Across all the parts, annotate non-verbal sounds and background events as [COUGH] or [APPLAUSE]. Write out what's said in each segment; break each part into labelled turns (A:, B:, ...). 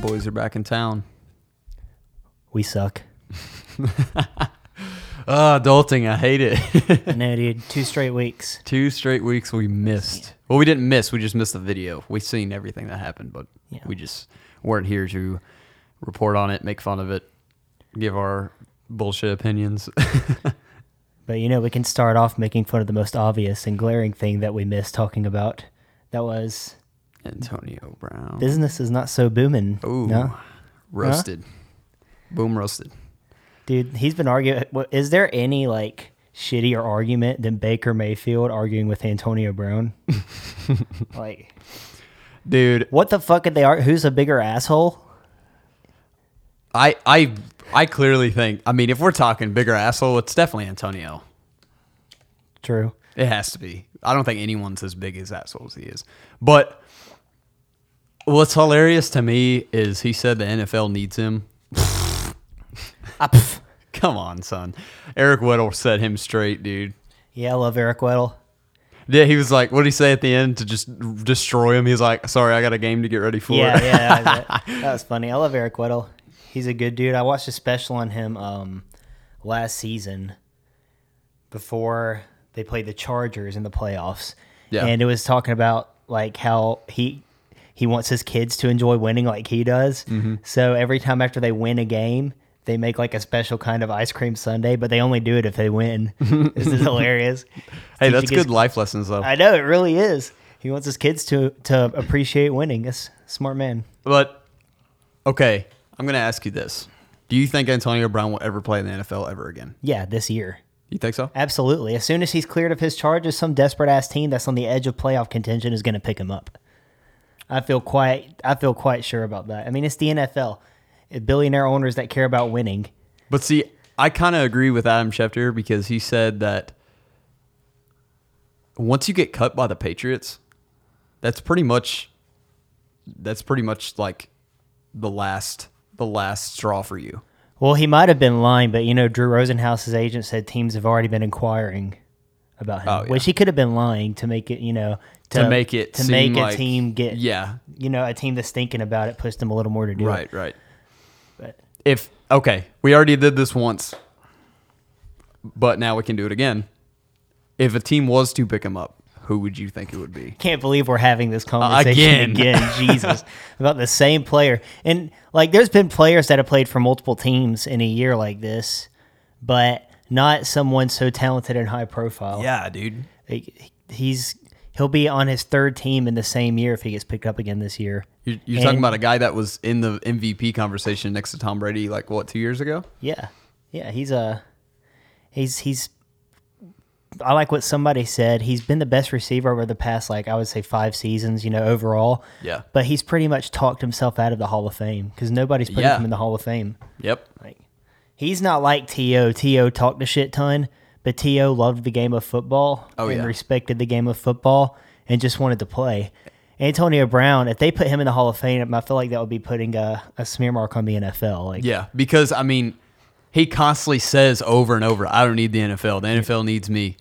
A: boys are back in town.
B: We suck.
A: Ah, adulting, I hate it. [LAUGHS]
B: I know, dude. Two straight weeks.
A: Two straight weeks we missed. Well, we didn't miss. We just missed the video. We seen everything that happened, but
B: Yeah.
A: we just weren't here to report on it, make fun of it, give our bullshit opinions. [LAUGHS]
B: But you know, we can start off making fun of the most obvious and glaring thing that we missed talking about. That was
A: Antonio Brown.
B: business is not so booming.
A: Ooh,
B: No?
A: roasted. Boom, roasted.
B: Dude, he's been arguing. Is there any like shittier argument than Baker Mayfield arguing with Antonio Brown? like,
A: Dude,
B: what the fuck did they argue? Who's a bigger asshole?
A: I, I, I clearly think. I mean, if we're talking bigger asshole, it's definitely Antonio.
B: True.
A: It has to be. I don't think anyone's as big as asshole as he is. But what's hilarious to me is he said the NFL needs
B: [LAUGHS]
A: him.
B: Ah, pff.
A: [LAUGHS] Come on, son. Eric Weddle set him straight, dude.
B: yeah, I love Eric Weddle.
A: Yeah, he was like, what did he say at the end to just destroy him? He's like, sorry, I got a game to get ready for.
B: Yeah, yeah, that was, it. That was funny. I love Eric Weddle. He's a good dude. I watched a special on him um, last season before they played the Chargers in the playoffs.
A: Yeah.
B: And it was talking about like how he he wants his kids to enjoy winning like he does.
A: Mm-hmm.
B: So every time after they win a game, they make like a special kind of ice cream sundae, but they only do it if
A: [LAUGHS]
B: they win. this is hilarious.
A: [LAUGHS] hey,
B: Teaching
A: that's
B: his-
A: good life lessons, though.
B: I know it really is. He wants his kids to to appreciate winning. That's a smart man.
A: But okay, I'm gonna ask you this: Do you think Antonio Brown will ever play in the NFL ever again?
B: Yeah, this year.
A: You think so?
B: Absolutely. As soon as he's cleared of his charges, some desperate ass team that's on the edge of playoff contention is going to pick him up. I feel quite I feel quite sure about that. I mean, it's the NFL. Billionaire owners that care about winning.
A: But see, I kind of agree with Adam Schefter because he said that once you get cut by the Patriots, that's pretty much that's pretty much like the last the last straw for you.
B: Well, he might have been lying, but you know, Drew Rosenhaus's agent said teams have already been inquiring about him,
A: Oh, yeah.
B: which he could have been lying to make it, you know,
A: To make it
B: to
A: seem
B: make
A: like-
B: a team get,
A: Yeah,
B: you know, a team that's thinking about it pushed them a little more to do it.
A: Right, right.
B: But-
A: if okay, we already did this once, but now we can do it again. If a team was to pick him up, who would you think it would be?
B: Can't believe we're having this conversation
A: Uh, Again.
B: again.
A: [LAUGHS]
B: Jesus. About the same player. And like there's been players that have played for multiple teams in a year like this, but not someone so talented and high profile.
A: Yeah, dude.
B: Like, he's he'll be on his third team in the same year if he gets picked up again this year.
A: You're, you're talking
B: And-
A: about a guy that was in the MVP conversation next to Tom Brady, like what, two years ago?
B: Yeah. Yeah, he's a he's he's I like what somebody said. He's been the best receiver over the past like I would say 5 seasons, you know, overall.
A: Yeah.
B: But he's pretty much talked himself out of the Hall of Fame cuz nobody's putting
A: Yeah.
B: him in the Hall of Fame.
A: Yep.
B: Like he's not like TO. TO talked a shit ton, but TO loved the game of football
A: Oh,
B: and
A: yeah.
B: respected the game of football and just wanted to play. Antonio Brown, if they put him in the Hall of Fame, I feel like that would be putting a, a smear mark on the NFL. Like
A: Yeah, because I mean, he constantly says over and over, "I don't need the NFL. The NFL needs me."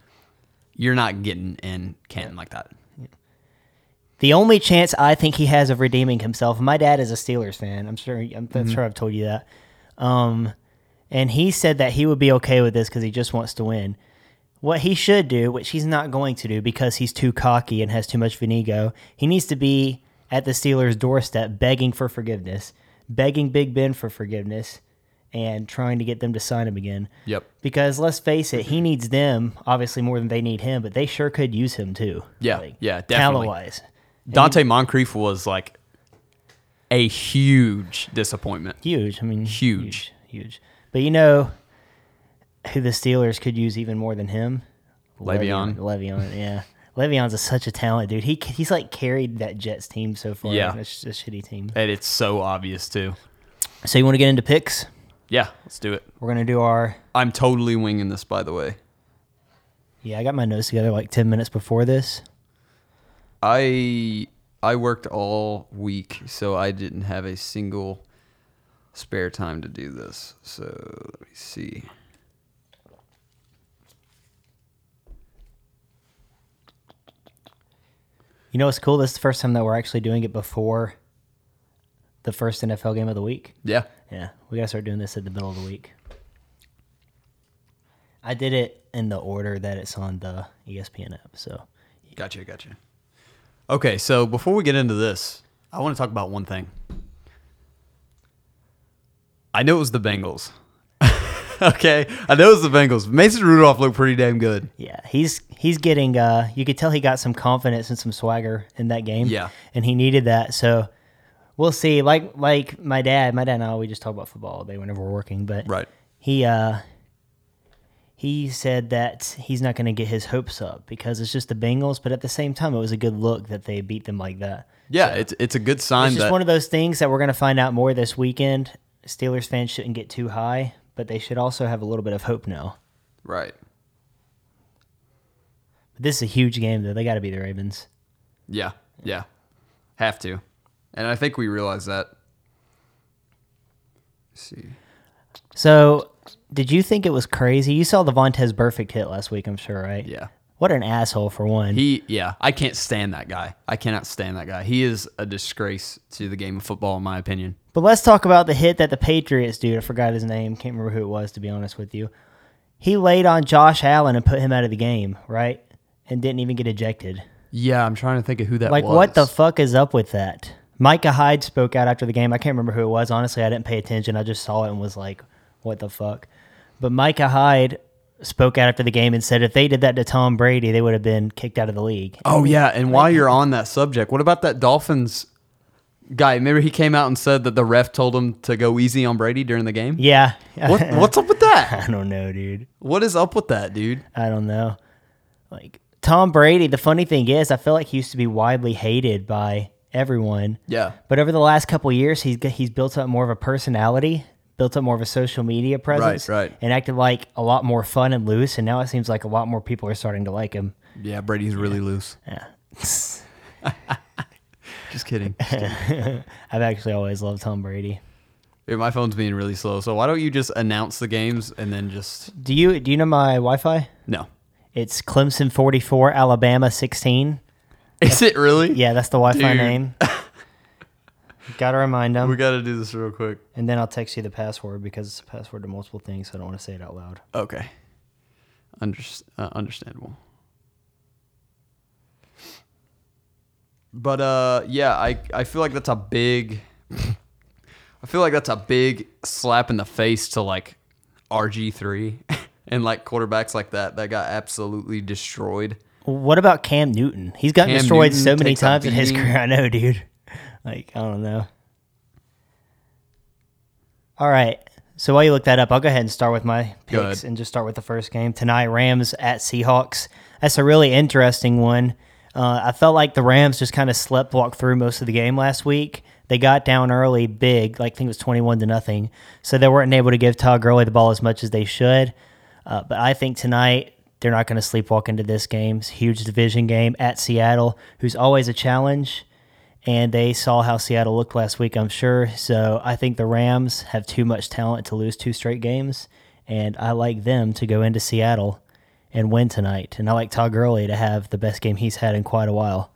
A: You're not getting in Canton like that.
B: The only chance I think he has of redeeming himself, my dad is a Steelers fan. I'm sure. I'm,
A: Mm-hmm.
B: I'm sure I've told you that. Um, and he said that he would be okay with this because he just wants to win. What he should do, which he's not going to do because he's too cocky and has too much venigo, he needs to be at the Steelers' doorstep begging for forgiveness, begging Big Ben for forgiveness, and trying to get them to sign him again.
A: Yep.
B: Because let's face it, he needs them obviously more than they need him, but they sure could use him too.
A: Yeah, yeah, definitely.
B: Talent wise.
A: Dante Moncrief was like a huge disappointment.
B: huge. I mean,
A: Huge.
B: huge, huge. But you know who the Steelers could use even more than him?
A: Le'Veon.
B: Le'Veon, yeah. Le'Veon's a, such a talent, dude. He he's like carried that Jets team so far.
A: Yeah.
B: it's a shitty team.
A: And it's so obvious too.
B: So you want to get into picks?
A: Yeah, let's do it.
B: We're gonna do our.
A: I'm totally winging this, by the way.
B: Yeah, I got my notes together like ten minutes before this.
A: I I worked all week, so I didn't have a single spare time to do this. So let me see.
B: You know what's cool? This is the first time that we're actually doing it before the first NFL game of the week.
A: Yeah.
B: Yeah, we gotta start doing this at the middle of the week. I did it in the order that it's on the E ESPN app. So,
A: Gotcha. Gotcha. Okay. So before we get into this, I want to talk about one thing. I know it was the Bengals. [LAUGHS] okay. I know it was the Bengals. Mason Rudolph looked pretty damn good.
B: yeah, he's he's getting. Uh, you could tell he got some confidence and some swagger in that game.
A: Yeah.
B: and he needed that. So, we'll see. Like like my dad, my dad and I, we just talk about football all day whenever we're working. But
A: Right.
B: he uh he said that he's not going to get his hopes up because it's just the Bengals. But at the same time, it was a good look that they beat them like that.
A: Yeah. It's it's a good sign
B: It's just
A: that
B: one of those things that we're going to find out more this weekend. Steelers fans shouldn't get too high, but they should also have a little bit of hope now.
A: right.
B: But this is a huge game, though. They got to be the Ravens.
A: Yeah. Yeah. Have to. And I think we realize that. Let's see.
B: So, did you think it was crazy? You saw the Vontez perfect hit last week, I'm sure, right?
A: Yeah.
B: What an asshole for one.
A: He yeah, I can't stand that guy. I cannot stand that guy. He is a disgrace to the game of football in my opinion.
B: But let's talk about the hit that the Patriots dude, I forgot his name, can't remember who it was, to be honest with you. He laid on Josh Allen and put him out of the game, right? And didn't even get ejected.
A: Yeah, I'm trying to think of who that
B: Like,
A: was.
B: what the fuck is up with that? Micah Hyde spoke out after the game. I can't remember who it was. Honestly, I didn't pay attention. I just saw it and was like, what the fuck? But Micah Hyde spoke out after the game and said if they did that to Tom Brady, they would have been kicked out of the league.
A: Oh yeah, and while you're on that subject, what about that Dolphins guy? Remember he came out and said that the ref told him to go easy on Brady during the game?
B: Yeah.
A: What what's up with that?
B: [LAUGHS] I don't know, dude.
A: What is up with that, dude?
B: I don't know. Like Tom Brady, the funny thing is, I feel like he used to be widely hated by everyone.
A: Yeah.
B: But over the last couple of years, he's he's built up more of a personality, built up more of a social media presence,
A: right.
B: and acted like a lot more fun and loose. And now it seems like a lot more people are starting to like him.
A: Yeah, Brady's really loose.
B: Yeah.
A: [LAUGHS] Just
B: [LAUGHS]
A: kidding.
B: I've actually always loved Tom Brady.
A: Dude, my phone's being really slow, so why don't you just announce the games and then just
B: Do you do you know my Wi-Fi?
A: no?
B: It's Clemson forty four, Alabama sixteen.
A: [LAUGHS] Is it really?
B: Yeah, that's the Wi-Fi
A: Dude. [LAUGHS]
B: name. Got to remind them.
A: We got to do this real quick.
B: And then I'll text you the password because it's a password to multiple things. So I don't want to say it out loud.
A: Okay. Unders uh, understandable. But uh, yeah, I I feel like that's a big. I feel like that's a big slap in the face to like RG three [LAUGHS] and like quarterbacks like that that got absolutely destroyed.
B: What about Cam Newton? He's gotten
A: Cam
B: destroyed so
A: Newton
B: many
A: takes a
B: times in his
A: beating.
B: career. [LAUGHS] I know, dude. Like, I don't know. All right. So while you look that up, I'll go ahead and start with my
A: Go
B: picks
A: ahead.
B: and just start with the first game tonight. Rams at Seahawks. That's a really interesting one. Uh, I felt like the Rams just kind of slept walk through most of the game last week. They got down early, big, like I think it was twenty-one to nothing. So they weren't able to give Todd Gurley the ball as much as they should. Uh, but I think tonight they're not going to sleepwalk into this game. It's a huge division game at Seattle, who's always a challenge and they saw how Seattle looked last week, I'm sure. So I think the Rams have too much talent to lose two straight games, and I like them to go into Seattle and win tonight. And I like Todd Gurley to have the best game he's had in quite a while.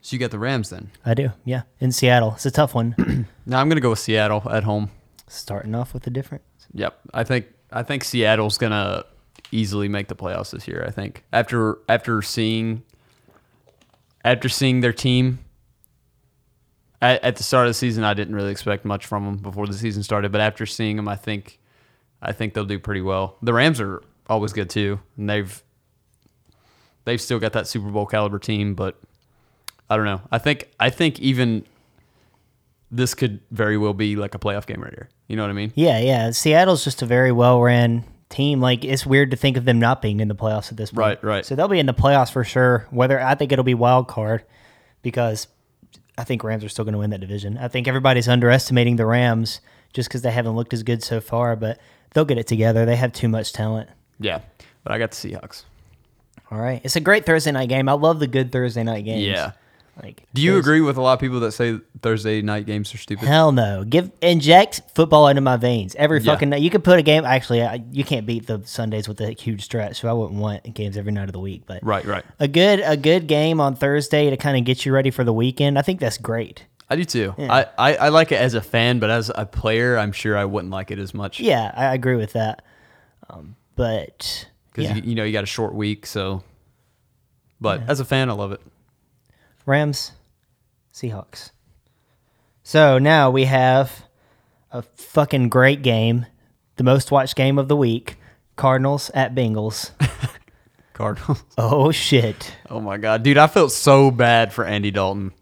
A: So you got the Rams then.
B: I do, yeah. In Seattle, it's a tough one. [CLEARS THROAT]
A: Now I'm gonna go with Seattle at home.
B: Starting off with a difference.
A: Yep. I think I think Seattle's gonna easily make the playoffs this year, I think. After after seeing after seeing their team at, at the start of the season, I didn't really expect much from them before the season started, but after seeing them, I think I think they'll do pretty well. The Rams are always good too, and they've they've still got that Super Bowl caliber team, but I don't know. I think I think even this could very well be like a playoff game right here. You know what I mean?
B: Yeah, yeah. Seattle's just a very well ran team. Like it's weird to think of them not being in the playoffs at this point.
A: Right, right.
B: So they'll be in the playoffs for sure. Whether I think it'll be wild card because I think Rams are still going to win that division. I think everybody's underestimating the Rams just because they haven't looked as good so far, but they'll get it together. They have too much talent.
A: Yeah, but I got the Seahawks.
B: All right, it's a great Thursday night game. I love the good Thursday night games.
A: Yeah.
B: Like,
A: Do you
B: there's-
A: agree with a lot of people that say Thursday night games are
B: [LAUGHS]
A: stupid?
B: Hell no! Give inject football into my veins every
A: Yeah.
B: fucking night. You could put a game. Actually, I, you can't beat the Sundays with a huge stretch, so I wouldn't want games every night of the week. But
A: Right, right.
B: a good a good game on Thursday to kind of get you ready for the weekend. I think that's great.
A: I do too.
B: Yeah.
A: I, I, I like it as a fan, but as a player, I'm sure I wouldn't like it as much.
B: Yeah, I agree with that. Um, but
A: Because,
B: yeah,
A: you, you know, you got a short week. So, but as a fan, I love it.
B: Rams, Seahawks. So now we have a fucking great game, the most watched game of the week. Cardinals
A: [LAUGHS]
B: at Bengals.
A: Cardinals. [LAUGHS]
B: Oh shit.
A: Oh my god, dude, I felt so bad for Andy Dalton,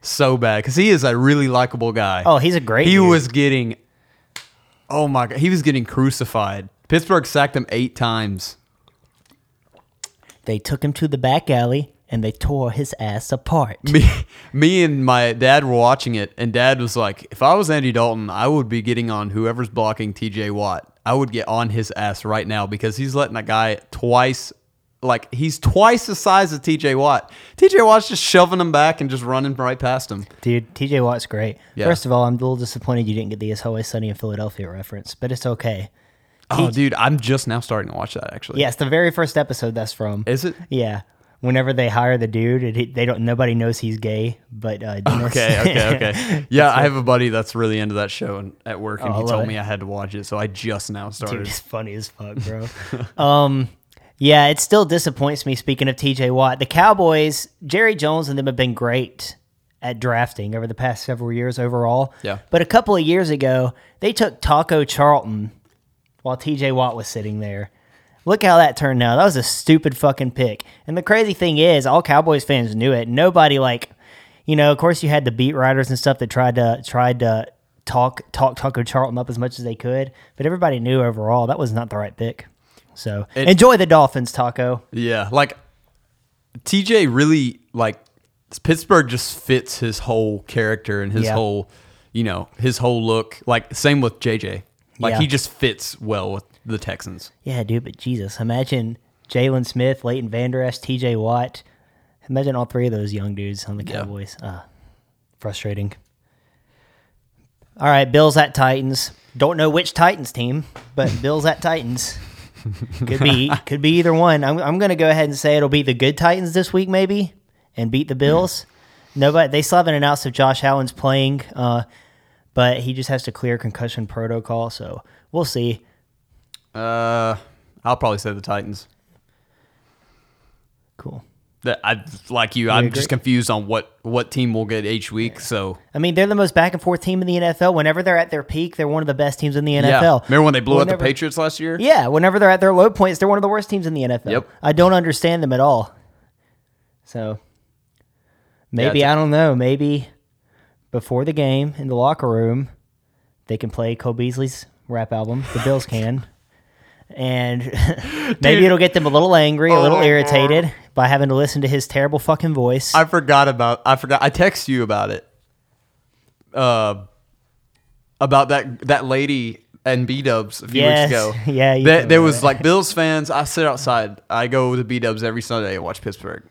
A: so bad because he is a really likable guy.
B: Oh, he's a great
A: he
B: dude.
A: was getting, oh my god, he was getting crucified. Pittsburgh sacked him eight times.
B: They took him to the back alley and they tore his ass apart.
A: [LAUGHS] Me, me and my dad were watching it, and dad was like, "If I was Andy Dalton, I would be getting on whoever's blocking T.J. Watt. I would get on his ass right now because he's letting a guy twice." Like he's twice the size of T.J. Watt. T.J. Watt's just shoving him back and just running right past him.
B: Dude, TJ Watt's great.
A: Yeah.
B: First of all, I'm a little disappointed you didn't get the It's Always Sunny in Philadelphia reference, but it's okay.
A: Oh, dude, I'm just now starting to watch that actually.
B: Yeah, it's the very first episode that's from.
A: Is [LAUGHS] it?
B: Yeah. Whenever they hire the dude, it, he- they don't. Nobody knows he's gay, but uh, Dennis-
A: Okay,
B: [LAUGHS]
A: okay, okay. Yeah, I have a buddy that's really into that show and at work, and
B: Oh, I
A: he
B: love
A: told
B: it.
A: me I had to watch it, so I just now
B: dude,
A: started.
B: it's funny as fuck, bro. [LAUGHS] um, yeah, it still disappoints me. Speaking of T.J. Watt, the Cowboys, Jerry Jones, and them have been great at drafting over the past several years overall.
A: Yeah.
B: But a couple of years ago, they took Taco Charlton while T.J. Watt was sitting there. Look how that turned out. That was a stupid fucking pick. And the crazy thing is, all Cowboys fans knew it. Nobody like, you know, of course you had the beat writers and stuff that tried to tried to talk talk Taco Charlton up as much as they could, but everybody knew overall that was not the right pick. So
A: It-
B: enjoy the Dolphins, Taco.
A: Yeah, like TJ really like Pittsburgh just fits his whole character and his
B: Yeah.
A: whole, you know, his whole look. Like same with JJ. Like
B: Yeah.
A: he just fits well with the Texans.
B: Yeah, dude, but Jesus, imagine Jalen Smith, Leighton Vander Esch, T.J. Watt. Imagine all three of those young dudes on the
A: Yeah.
B: Cowboys. Ah, frustrating. All right, Bills at Titans. Don't know which Titans team, but Bills at Titans. Could be could be either one. I'm I'm gonna go ahead and say it'll be the good Titans this week, maybe, and beat the Bills. Nobody they still haven't announced if Josh Allen's playing, uh, but he just has to clear concussion protocol, so we'll see.
A: Uh, I'll probably say the Titans.
B: Cool.
A: That I like you. I'm
B: agree?
A: just confused on what what team will get each week. So
B: I mean, they're the most back and forth team in the NFL. Whenever they're at their peak, they're one of the best teams in the NFL.
A: yeah, remember when they blew out
B: Whenever-
A: the Patriots last year?
B: Yeah, whenever they're at their low points, they're one of the worst teams in the NFL.
A: Yep.
B: I don't understand them at all. So maybe
A: it's-
B: I don't know. Maybe before the game in the locker room, they can play Cole Beasley's rap album. The
A: [LAUGHS]
B: Bills can. And [LAUGHS] maybe
A: Dude.
B: it'll get them a little angry, a little
A: Oh.
B: irritated by having to listen to his terrible fucking voice.
A: I forgot about. I forgot. I text you about it. Uh, about that that lady and B Dubs a few
B: Yes.
A: weeks ago.
B: [LAUGHS] Yeah, you
A: There-
B: told
A: there
B: me
A: was
B: that.
A: like
B: [LAUGHS]
A: Bills fans. I sit outside. I go to B Dubs every Sunday and watch Pittsburgh.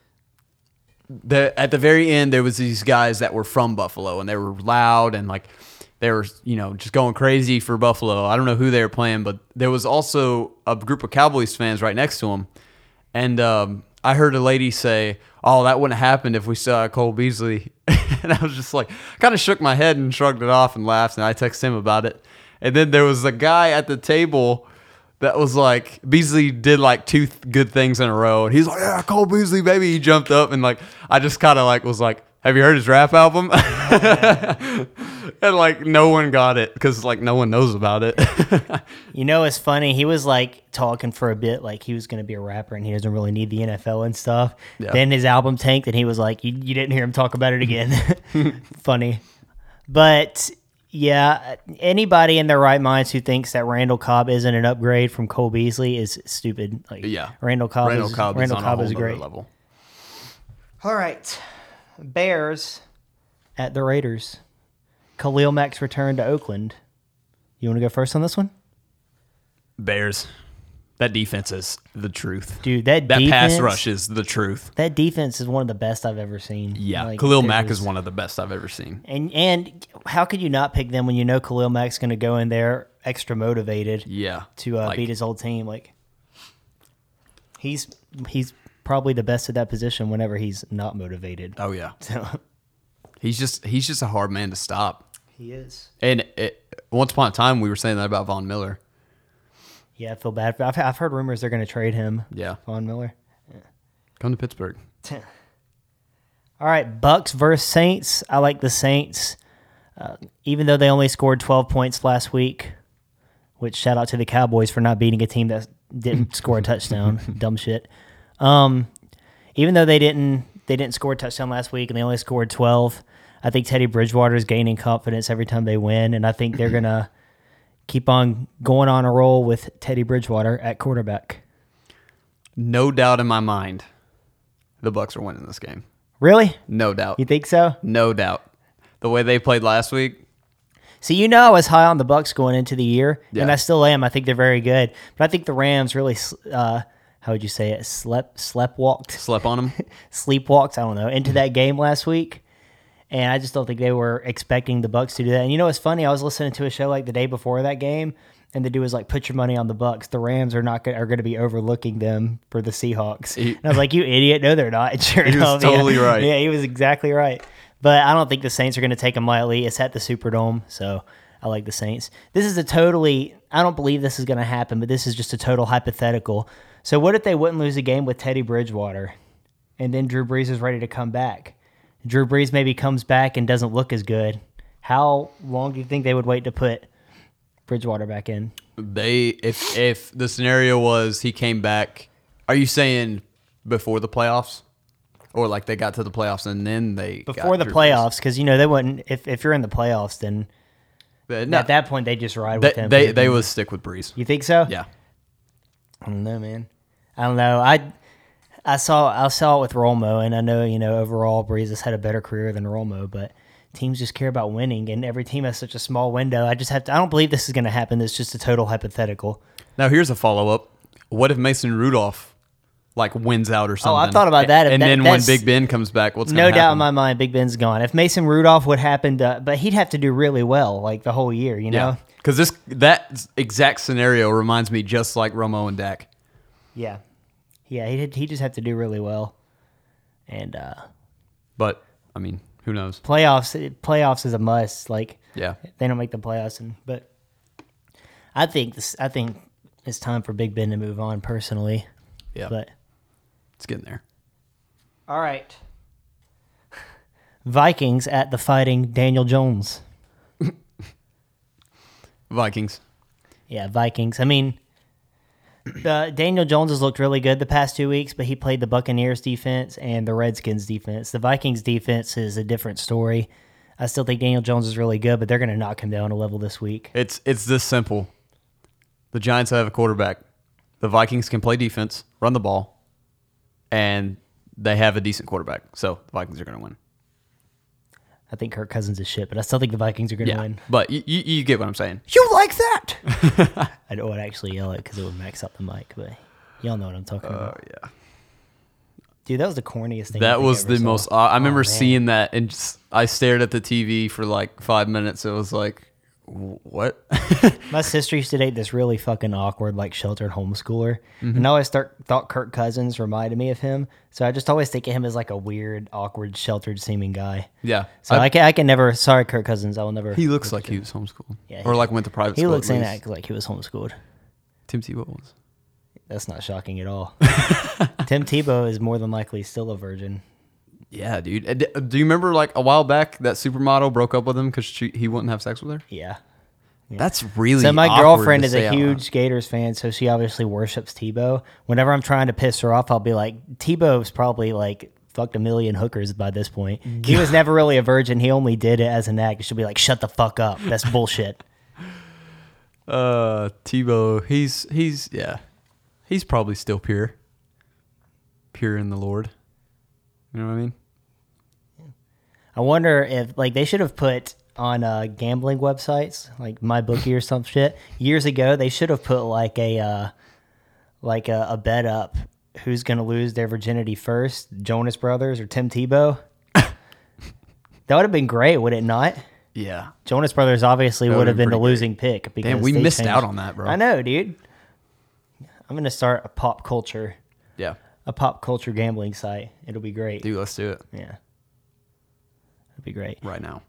A: The, at the very end, there was these guys that were from Buffalo, and they were loud and like they were, you know, just going crazy for Buffalo. I don't know who they were playing, but there was also a group of Cowboys fans right next to them, and um, I heard a lady say, "Oh, that wouldn't have happened if we saw Cole Beasley," [LAUGHS] and I was just like, kind of shook my head and shrugged it off and laughed, and I texted him about it, and then there was a guy at the table that was like Beasley did like two th- good things in a row, and he's like, "Yeah, Cole Beasley, baby." He jumped up and like I just kind of like was like, "Have you heard his rap album?" [LAUGHS] and like no one got it because like no one knows about it. [LAUGHS]
B: You know, it's funny. He was like talking for a bit, like he was going to be a rapper and he doesn't really need the NFL and stuff.
A: Yeah.
B: Then his album tanked, and he was like, "You, you didn't hear him talk about it again." [LAUGHS] funny, but yeah, anybody in their right minds who thinks that Randall Cobb isn't an upgrade from Cole Beasley is stupid. Like,
A: Yeah.
B: Randall Cobb.
A: Randall
B: is,
A: Cobb
B: Randall
A: is on
B: Cobb
A: a whole
B: is
A: nother
B: great.
A: level.
B: All right, Bears at the Raiders. Khalil Mack's return to Oakland. You want to go first on this one?
A: Bears, that defense is the truth.
B: Dude, that,
A: That pass
B: defense-
A: rush is the truth.
B: That defense is one of the best I've ever seen.
A: Yeah,
B: Like,
A: Khalil
B: there
A: Mack
B: was-
A: is one of the best I've ever seen.
B: And and how could you not pick them when you know Khalil Mack's going to go in there extra motivated
A: Yeah,
B: to uh,
A: Like,
B: beat his old team? Like he's [LAUGHS] he's probably the best at that position whenever he's not motivated.
A: Oh yeah,
B: So
A: He's just he's just a hard man to stop.
B: He is.
A: And it, once upon a time, we were saying that about Von Miller.
B: Yeah, I feel bad. For, I've, I've heard rumors they're going to trade him,
A: Yeah,
B: Von Miller.
A: come to Pittsburgh.
B: All right, Bucks versus Saints. I like the Saints, uh, even though they only scored 12 points last week. Which shout out to the Cowboys for not beating a team that didn't score a touchdown. Dumb shit. Um, even though they didn't they didn't score a touchdown last week and they only scored 12, I think Teddy Bridgewater is gaining confidence every time they win, and I think they're gonna keep on going on a roll with Teddy Bridgewater at quarterback.
A: No doubt in my mind, the Bucks are winning this game.
B: Really?
A: No doubt.
B: You think so?
A: No doubt. The way they played last week,
B: So you know I was high on the Bucks going into the year, and
A: Yeah.
B: I still am. I think they're very good, but I think the Rams really, s- uh, how would you say it, slept slept walked,
A: slept
B: [LAUGHS]
A: on them.
B: sleepwalked. I don't know
A: Hmm.
B: into that game last week, and I just don't think they were expecting the Bucks to do that. And you know what's funny? I was listening to a show like the day before that game, and the dude was like, "Put your money on the Bucks. The Rams are not gonna, are going to be overlooking them for the Seahawks."
A: He-
B: and I was like, "You idiot! No, they're not." [LAUGHS] And sure
A: He was
B: enough, yeah.
A: totally right.
B: Yeah, he was exactly right. But I don't think the Saints are going to take him lightly. It's at the Superdome, so I like the Saints. This is a totally, I don't believe this is going to happen, but this is just a total hypothetical. So, what if they wouldn't lose a game with Teddy Bridgewater and then Drew Brees is ready to come back? Drew Brees maybe comes back and doesn't look as good. How long do you think they would wait to put Bridgewater back in?
A: They if if the scenario was he came back, are you saying before the playoffs? Or like they got to the playoffs and then they got
B: Before the
A: Drew Brees?
B: playoffs, because, you know, they wouldn't, if, if you're in the playoffs, then
A: But No,
B: at that point they just ride
A: they
B: with him.
A: they, they would stick with Breeze.
B: you think so?
A: Yeah.
B: I don't know, man. I don't know. I I saw I saw it with Romo, and I know you know overall Breeze has had a better career than Romo, but teams just care about winning, and every team has such a small window. I just have to. I don't believe this is going to happen. It's just a total hypothetical.
A: Now here's a follow up. What if Mason Rudolph like wins out or something?
B: Oh, I thought about that. If
A: And
B: that-
A: then when
B: that's-
A: Big Ben comes back, what's
B: No
A: gonna
B: doubt
A: happen?
B: in my mind, Big Ben's gone. If Mason Rudolph would happen, to, but he'd have to do really well, like the whole year, you know.
A: Yeah. Because this that exact scenario reminds me just like Romo and Dak.
B: Yeah, yeah. He he just have to do really well, and uh
A: But I mean, who knows?
B: playoffs playoffs is a must. Like
A: Yeah.
B: they don't make the playoffs. And but I think this, I think it's time for Big Ben to move on personally.
A: Yeah.
B: But
A: it's getting there.
B: all right, Vikings at the Fighting Daniel Jones.
A: Vikings.
B: Yeah, Vikings. I mean, the Daniel Jones has looked really good the past two weeks, but he played the Buccaneers defense and the Redskins defense. The Vikings defense is a different story. I still think Daniel Jones is really good, but they're going to knock him down a level this week.
A: It's it's this simple. The Giants have a quarterback. The Vikings can play defense, run the ball, and they have a decent quarterback. So the Vikings are going to win.
B: I think Kirk Cousins is shit, but I still think the Vikings are going to
A: Yeah,
B: win.
A: but you, you, you get what I'm saying.
B: You like that? I don't want to actually yell it because it would max out the mic, but y'all know what I'm
A: Uh,
B: talking about.
A: Oh, yeah.
B: Dude, that was the corniest thing. I
A: That
B: think I
A: was
B: ever
A: the
B: saw. Oh,
A: most. Uh, I remember
B: man.
A: seeing that and just I stared at the TV for like five minutes. It was like, "Wh- what? [LAUGHS]
B: My sister used to date this really fucking awkward, like sheltered homeschooler, and I always start, thought Kirk Cousins reminded me of him. So I just always think of him as like a weird, awkward, sheltered seeming guy.
A: yeah.
B: So
A: I-
B: I, can, I can never. Sorry, Kirk Cousins. I will never.
A: he looks like he was homeschooled,
B: Yeah,
A: or
B: he-
A: like went to private.
B: he
A: school at
B: looks and
A: least.
B: acts like he was homeschooled.
A: Tim Tebow was.
B: That's not shocking at all. Tim Tebow is more than likely still a virgin.
A: Yeah, dude. And d- Do you remember like a while back that supermodel broke up with him because he wouldn't have sex with her?
B: Yeah.
A: That's really.
B: So my
A: awkward
B: girlfriend
A: to
B: is
A: say
B: a
A: out loud.
B: huge Gators fan, so she obviously worships Tebow. Whenever I'm trying to piss her off, I'll be like, Tebow's probably like fucked a million hookers by this point. He
A: [LAUGHS]
B: was never really a virgin. He only did it as an act. She'll be like, shut the fuck up. That's bullshit.
A: Uh, Tebow. He's he's yeah, he's probably still pure. Pure in the Lord. You know what I mean?
B: I wonder if like they should have put on uh, gambling websites like MyBookie or some shit years ago. They should have put like a uh, like a, a bet up who's gonna lose their virginity first, Jonas Brothers or
A: [LAUGHS]
B: Tim Tebow. that would have been great, would it not?
A: Yeah.
B: Jonas Brothers obviously
A: would've
B: would have
A: been
B: been the
A: pretty great.
B: losing pick. Because
A: Damn, we
B: they
A: missed
B: changed-
A: out on that, bro.
B: I know, dude. I'm gonna start a pop culture,
A: Yeah.
B: a pop culture gambling site. It'll be great.
A: Dude, let's do it.
B: Yeah, it'll would be great.
A: right now.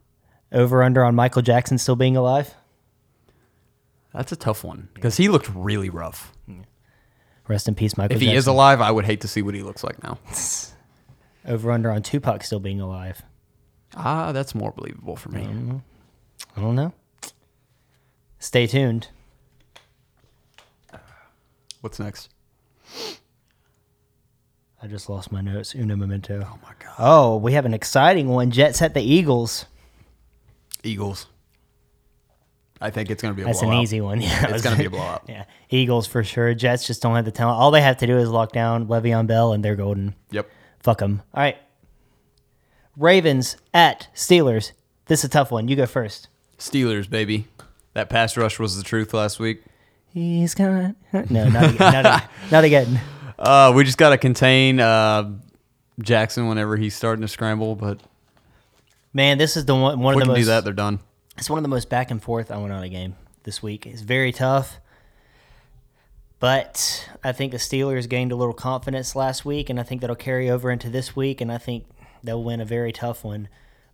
B: Over under on Michael Jackson still being alive.
A: That's a tough one because he looked really rough.
B: Rest in peace, Michael.
A: If
B: Jackson.
A: he is alive, I would hate to see what he looks like now.
B: over under on Tupac still being alive.
A: Ah, that's more believable for me.
B: I don't know. Stay tuned.
A: What's next?
B: I just lost my notes. Uno memento.
A: Oh my God.
B: Oh, we have an exciting one. Jets at the Eagles.
A: Eagles. I think it's going to be a
B: That's an
A: blowout.
B: easy one. [LAUGHS] Yeah,
A: It's going to be a blowout.
B: [LAUGHS] Yeah, Eagles for sure. Jets just don't have the talent. All they have to do is lock down Le'Veon Bell, and they're golden.
A: Yep.
B: Fuck them. All right. Ravens at Steelers. This is a tough one. You go first.
A: Steelers, baby. That pass rush was the truth last week.
B: He's got no, not again.
A: [LAUGHS]
B: Not again. Not again.
A: Uh, we just got to contain uh, Jackson whenever he's starting to scramble, but
B: Man, this is the one. One
A: if we
B: of
A: can
B: the
A: do
B: most.
A: that, they're done.
B: It's one of the most back and forth I went on a game this week. It's very tough. But I think the Steelers gained a little confidence last week, and I think that'll carry over into this week, and I think they'll win a very tough one.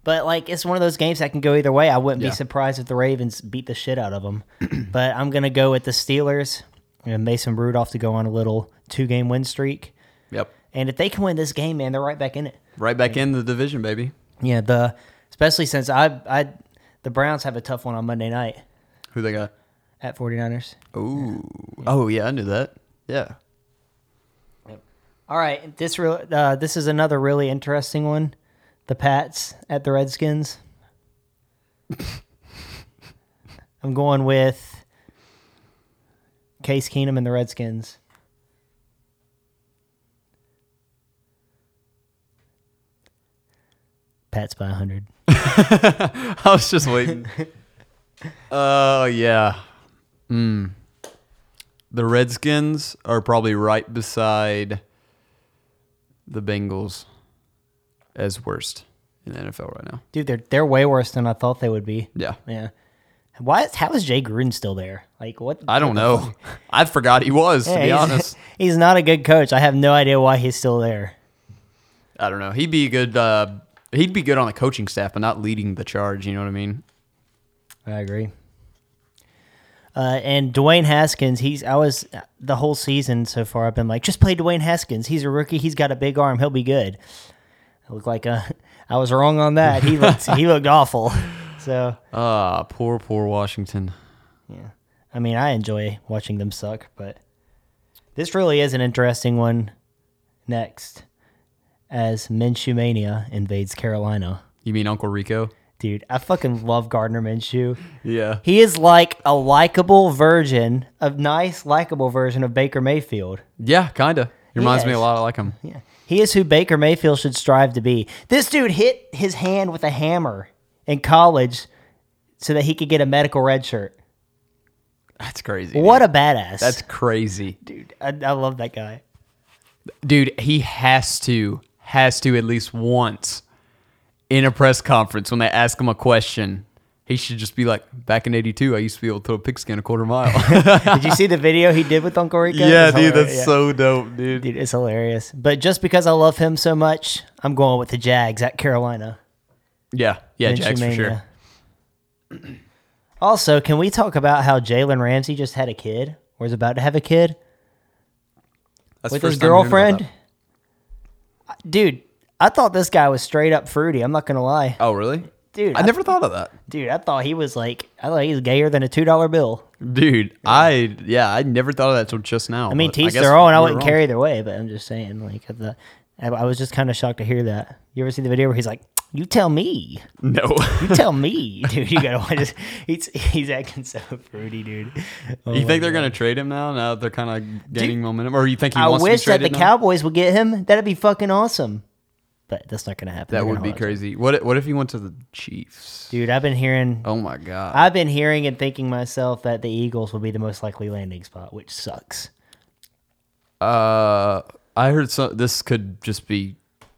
B: But like it's one of those games that can go either way. I wouldn't
A: Yeah.
B: be surprised if the Ravens beat the shit out of them. [CLEARS THROAT] but I'm gonna go with the Steelers and Mason Rudolph to go on a little two game win streak.
A: Yep.
B: And if they can win this game, man, they're right back in it.
A: Right back in the division, baby.
B: Yeah, the especially since I I the Browns have a tough one on Monday night
A: Who they got?
B: at 49ers.
A: Ooh. Oh, yeah, I knew that. Yeah.
B: All right, this real uh, this is another really interesting one. The Pats at the [LAUGHS] Redskins. I'm going with Case Keenum and the Redskins. Pats by 100.
A: [LAUGHS] I was just waiting. Oh, yeah. Mm. The Redskins are probably right beside the Bengals as worst in the NFL right now.
B: Dude, they're they're way worse than I thought they would be.
A: Yeah.
B: Yeah. Why is, how is Jay Gruden still there? Like what
A: I don't know. I forgot he was, Uh, to
B: Yeah,
A: be
B: he's-
A: honest.
B: [LAUGHS] He's not a good coach. I have no idea why he's still there.
A: I don't know. He'd be good. Uh, he'd be good on the coaching staff, but not leading the charge. You know what I mean?
B: I agree. Uh, and Dwayne Haskins, he's I was the whole season so far. I've been like, just play Dwayne Haskins. He's a rookie. He's got a big arm. He'll be good. I look like a, [LAUGHS] I was wrong on that. He looked
A: [LAUGHS]
B: he looked awful. So
A: Ah, poor, poor Washington.
B: yeah, I mean, I enjoy watching them suck, but this really is an interesting one. Next, as Minshew mania invades Carolina,
A: You mean Uncle Rico?
B: dude, I fucking love Gardner Minshew.
A: Yeah.
B: He is like a likable version, a nice, likable version of Baker Mayfield.
A: Yeah, kinda. He reminds me
B: Yes.
A: a lot of like him.
B: Yeah. He is who Baker Mayfield should strive to be. This dude hit his hand with a hammer in college so that he could get a medical red shirt.
A: That's crazy. dude.
B: What a badass.
A: That's crazy,
B: dude. I, I love that guy.
A: dude. He has to, has to at least once in a press conference when they ask him a question. He should just be like, "Back in '82, I used to be able to throw a pigskin a quarter
B: [LAUGHS]
A: mile." [LAUGHS]
B: Did you see the video he did with Uncle Rico? It's hilarious. Yeah.
A: so dope, dude.
B: Dude, it's hilarious. But just because I love him so much, I'm going with the Jags at Carolina.
A: Yeah, yeah,
B: Minshew
A: Jax for
B: mania.
A: sure.
B: Also, can we talk about how Jalen Ramsey just had a kid or is about to have a kid
A: That's the
B: with his
A: first time I'm hearing about
B: girlfriend?
A: that.
B: Uh, Dude, I thought this guy was straight up fruity. I'm not gonna lie,
A: Oh, really?
B: dude. I,
A: I never thought of that.
B: dude, I thought he was like, I thought he was gayer than a two dollar bill.
A: Dude, I yeah, I never thought of that till just now.
B: I mean, teach their own. I wouldn't carry their way, but I'm just saying, like, I thought- I, I was just kind of shocked to hear that. You ever see the video where he's like, "You tell me."
A: [LAUGHS] No,
B: [LAUGHS] You
A: [LAUGHS]
B: tell me, dude. You gotta watch this. He's he's acting so fruity, dude. Oh
A: you
B: my
A: think they're
B: [LAUGHS]
A: gonna trade him now? Now that they're kind of gaining momentum, or you think he
B: I
A: wants
B: wish
A: to be
B: that
A: traded
B: the
A: now?
B: Cowboys would get him. That'd be fucking awesome. But that's not gonna happen.
A: that
B: They're
A: would
B: gonna
A: be
B: hold-
A: crazy. What if- what if he went to the Chiefs?
B: dude. I've been hearing,
A: Oh my god,
B: I've been hearing and thinking myself that the Eagles will be the most likely landing spot, which sucks.
A: Uh, I heard some. This could just be.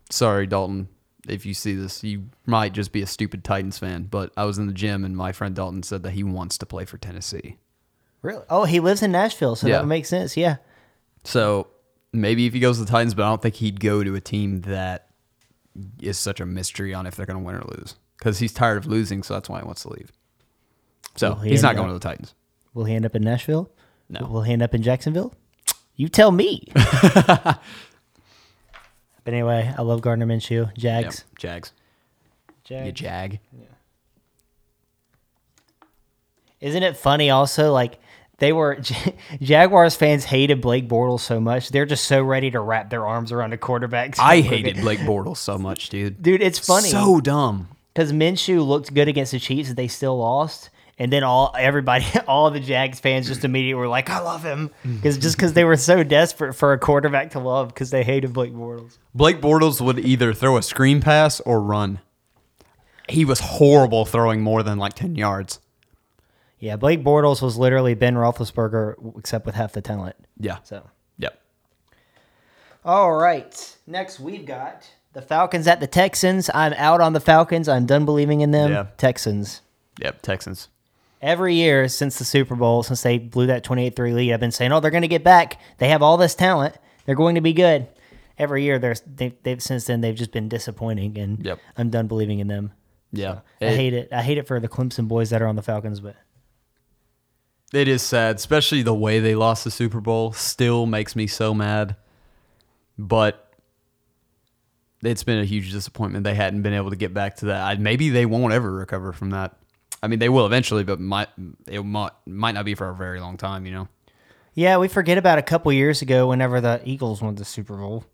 A: Sorry, Dalton. If you see this, you might just be a stupid Titans fan. But I was in the gym, and my friend Dalton said that he wants to play for Tennessee.
B: Really? Oh, he lives in Nashville, so
A: Yeah.
B: that would make sense. Yeah.
A: So maybe if he goes to the Titans, but I don't think he'd go to a team that is such a mystery on if they're going to win or lose. 'Cause because he's tired of losing, so that's why he wants to leave. So
B: Well, he
A: he's not
B: ended
A: going to
B: up-
A: the Titans.
B: Will he end up in Nashville?
A: No.
B: Will he end up in Jacksonville? You
A: [LAUGHS]
B: tell me. but anyway, I love Gardner Minshew.
A: Yeah,
B: Jags.
A: Jags.
B: Jags.
A: You jag.
B: Isn't it funny also? Like they were [LAUGHS] J- Jaguars fans hated Blake Bortles so much. They're just so ready to wrap their arms around a quarterback. so [LAUGHS]
A: I
B: quick.
A: hated Blake Bortles so much, dude.
B: Dude, it's funny.
A: So dumb.
B: because Minshew looked good against the Chiefs, they still lost. And then all everybody, [LAUGHS] all the Jags fans, just immediately were like, "I love him," because just because they were so desperate for a quarterback to love, because they hated Blake Bortles.
A: Blake Bortles would either throw a screen pass or run. He was horrible throwing more than like 10 yards.
B: Yeah, Blake Bortles was literally Ben Roethlisberger, except with half the talent.
A: Yeah.
B: So,
A: Yep.
B: all right, next we've got the Falcons at the Texans. I'm out on the Falcons. I'm done believing in them.
A: Yeah.
B: Texans.
A: Yep. Texans.
B: Every year since the Super Bowl, since they blew that 28 3 lead, I've been saying, oh, they're going to get back. They have all this talent. They're going to be good. Every year, they're, they've, they've, since then, they've just been disappointing, and
A: Yep.
B: I'm done believing in them.
A: Yeah.
B: I
A: It,
B: hate it. I hate it for the Clemson boys that are on the Falcons, but
A: it is sad, especially the way they lost the Super Bowl still makes me so mad. But it's been a huge disappointment. They hadn't been able to get back to that. I, maybe they won't ever recover from that. I mean, they will eventually, but might, it might, might not be for a very long time, you know?
B: yeah, we forget about a couple years ago whenever the Eagles won the Super Bowl.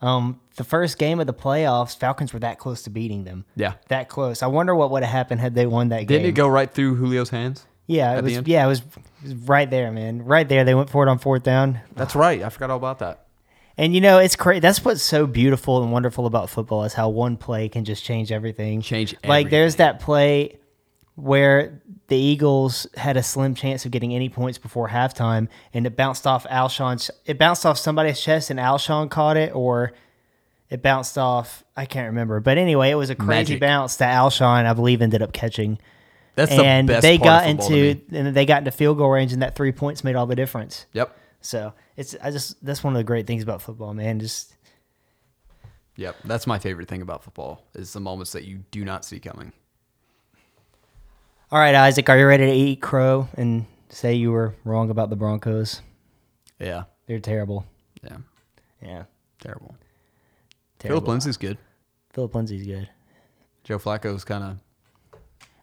B: Um, the first game of the playoffs, Falcons were that close to beating them.
A: Yeah.
B: That close. I wonder what would have happened had they won that game.
A: Didn't it go right through Julio's hands?
B: yeah,
A: at the
B: it was.
A: end?
B: Yeah, it was, it was right there, man. Right there. They went for it on fourth down.
A: That's right. I forgot all about that.
B: And you know, it's crazy. That's what's so beautiful and wonderful about football is how one play can just change everything.
A: Change
B: Like there's that play where the Eagles had a slim chance of getting any points before halftime, and it bounced off Alshon's. It bounced off somebody's chest, and Alshon caught it, or it bounced off. I can't remember, but anyway, it was a crazy
A: Magic.
B: bounce that Alshon, I believe, ended up catching.
A: That's
B: and
A: the best
B: they
A: part of
B: got
A: football to
B: into
A: me.
B: and they got into field goal range, and that three points made all the difference.
A: Yep.
B: So it's I just that's one of the great things about football, man. Just
A: Yep. That's my favorite thing about football is the moments that you do not see coming.
B: All right, Isaac, are you ready to eat crow and say you were wrong about the Broncos?
A: Yeah.
B: They're terrible.
A: Yeah.
B: Yeah.
A: Terrible.
B: Terrible.
A: Philip Lindsay's good.
B: Philip Lindsay's good.
A: Joe Flacco's kind of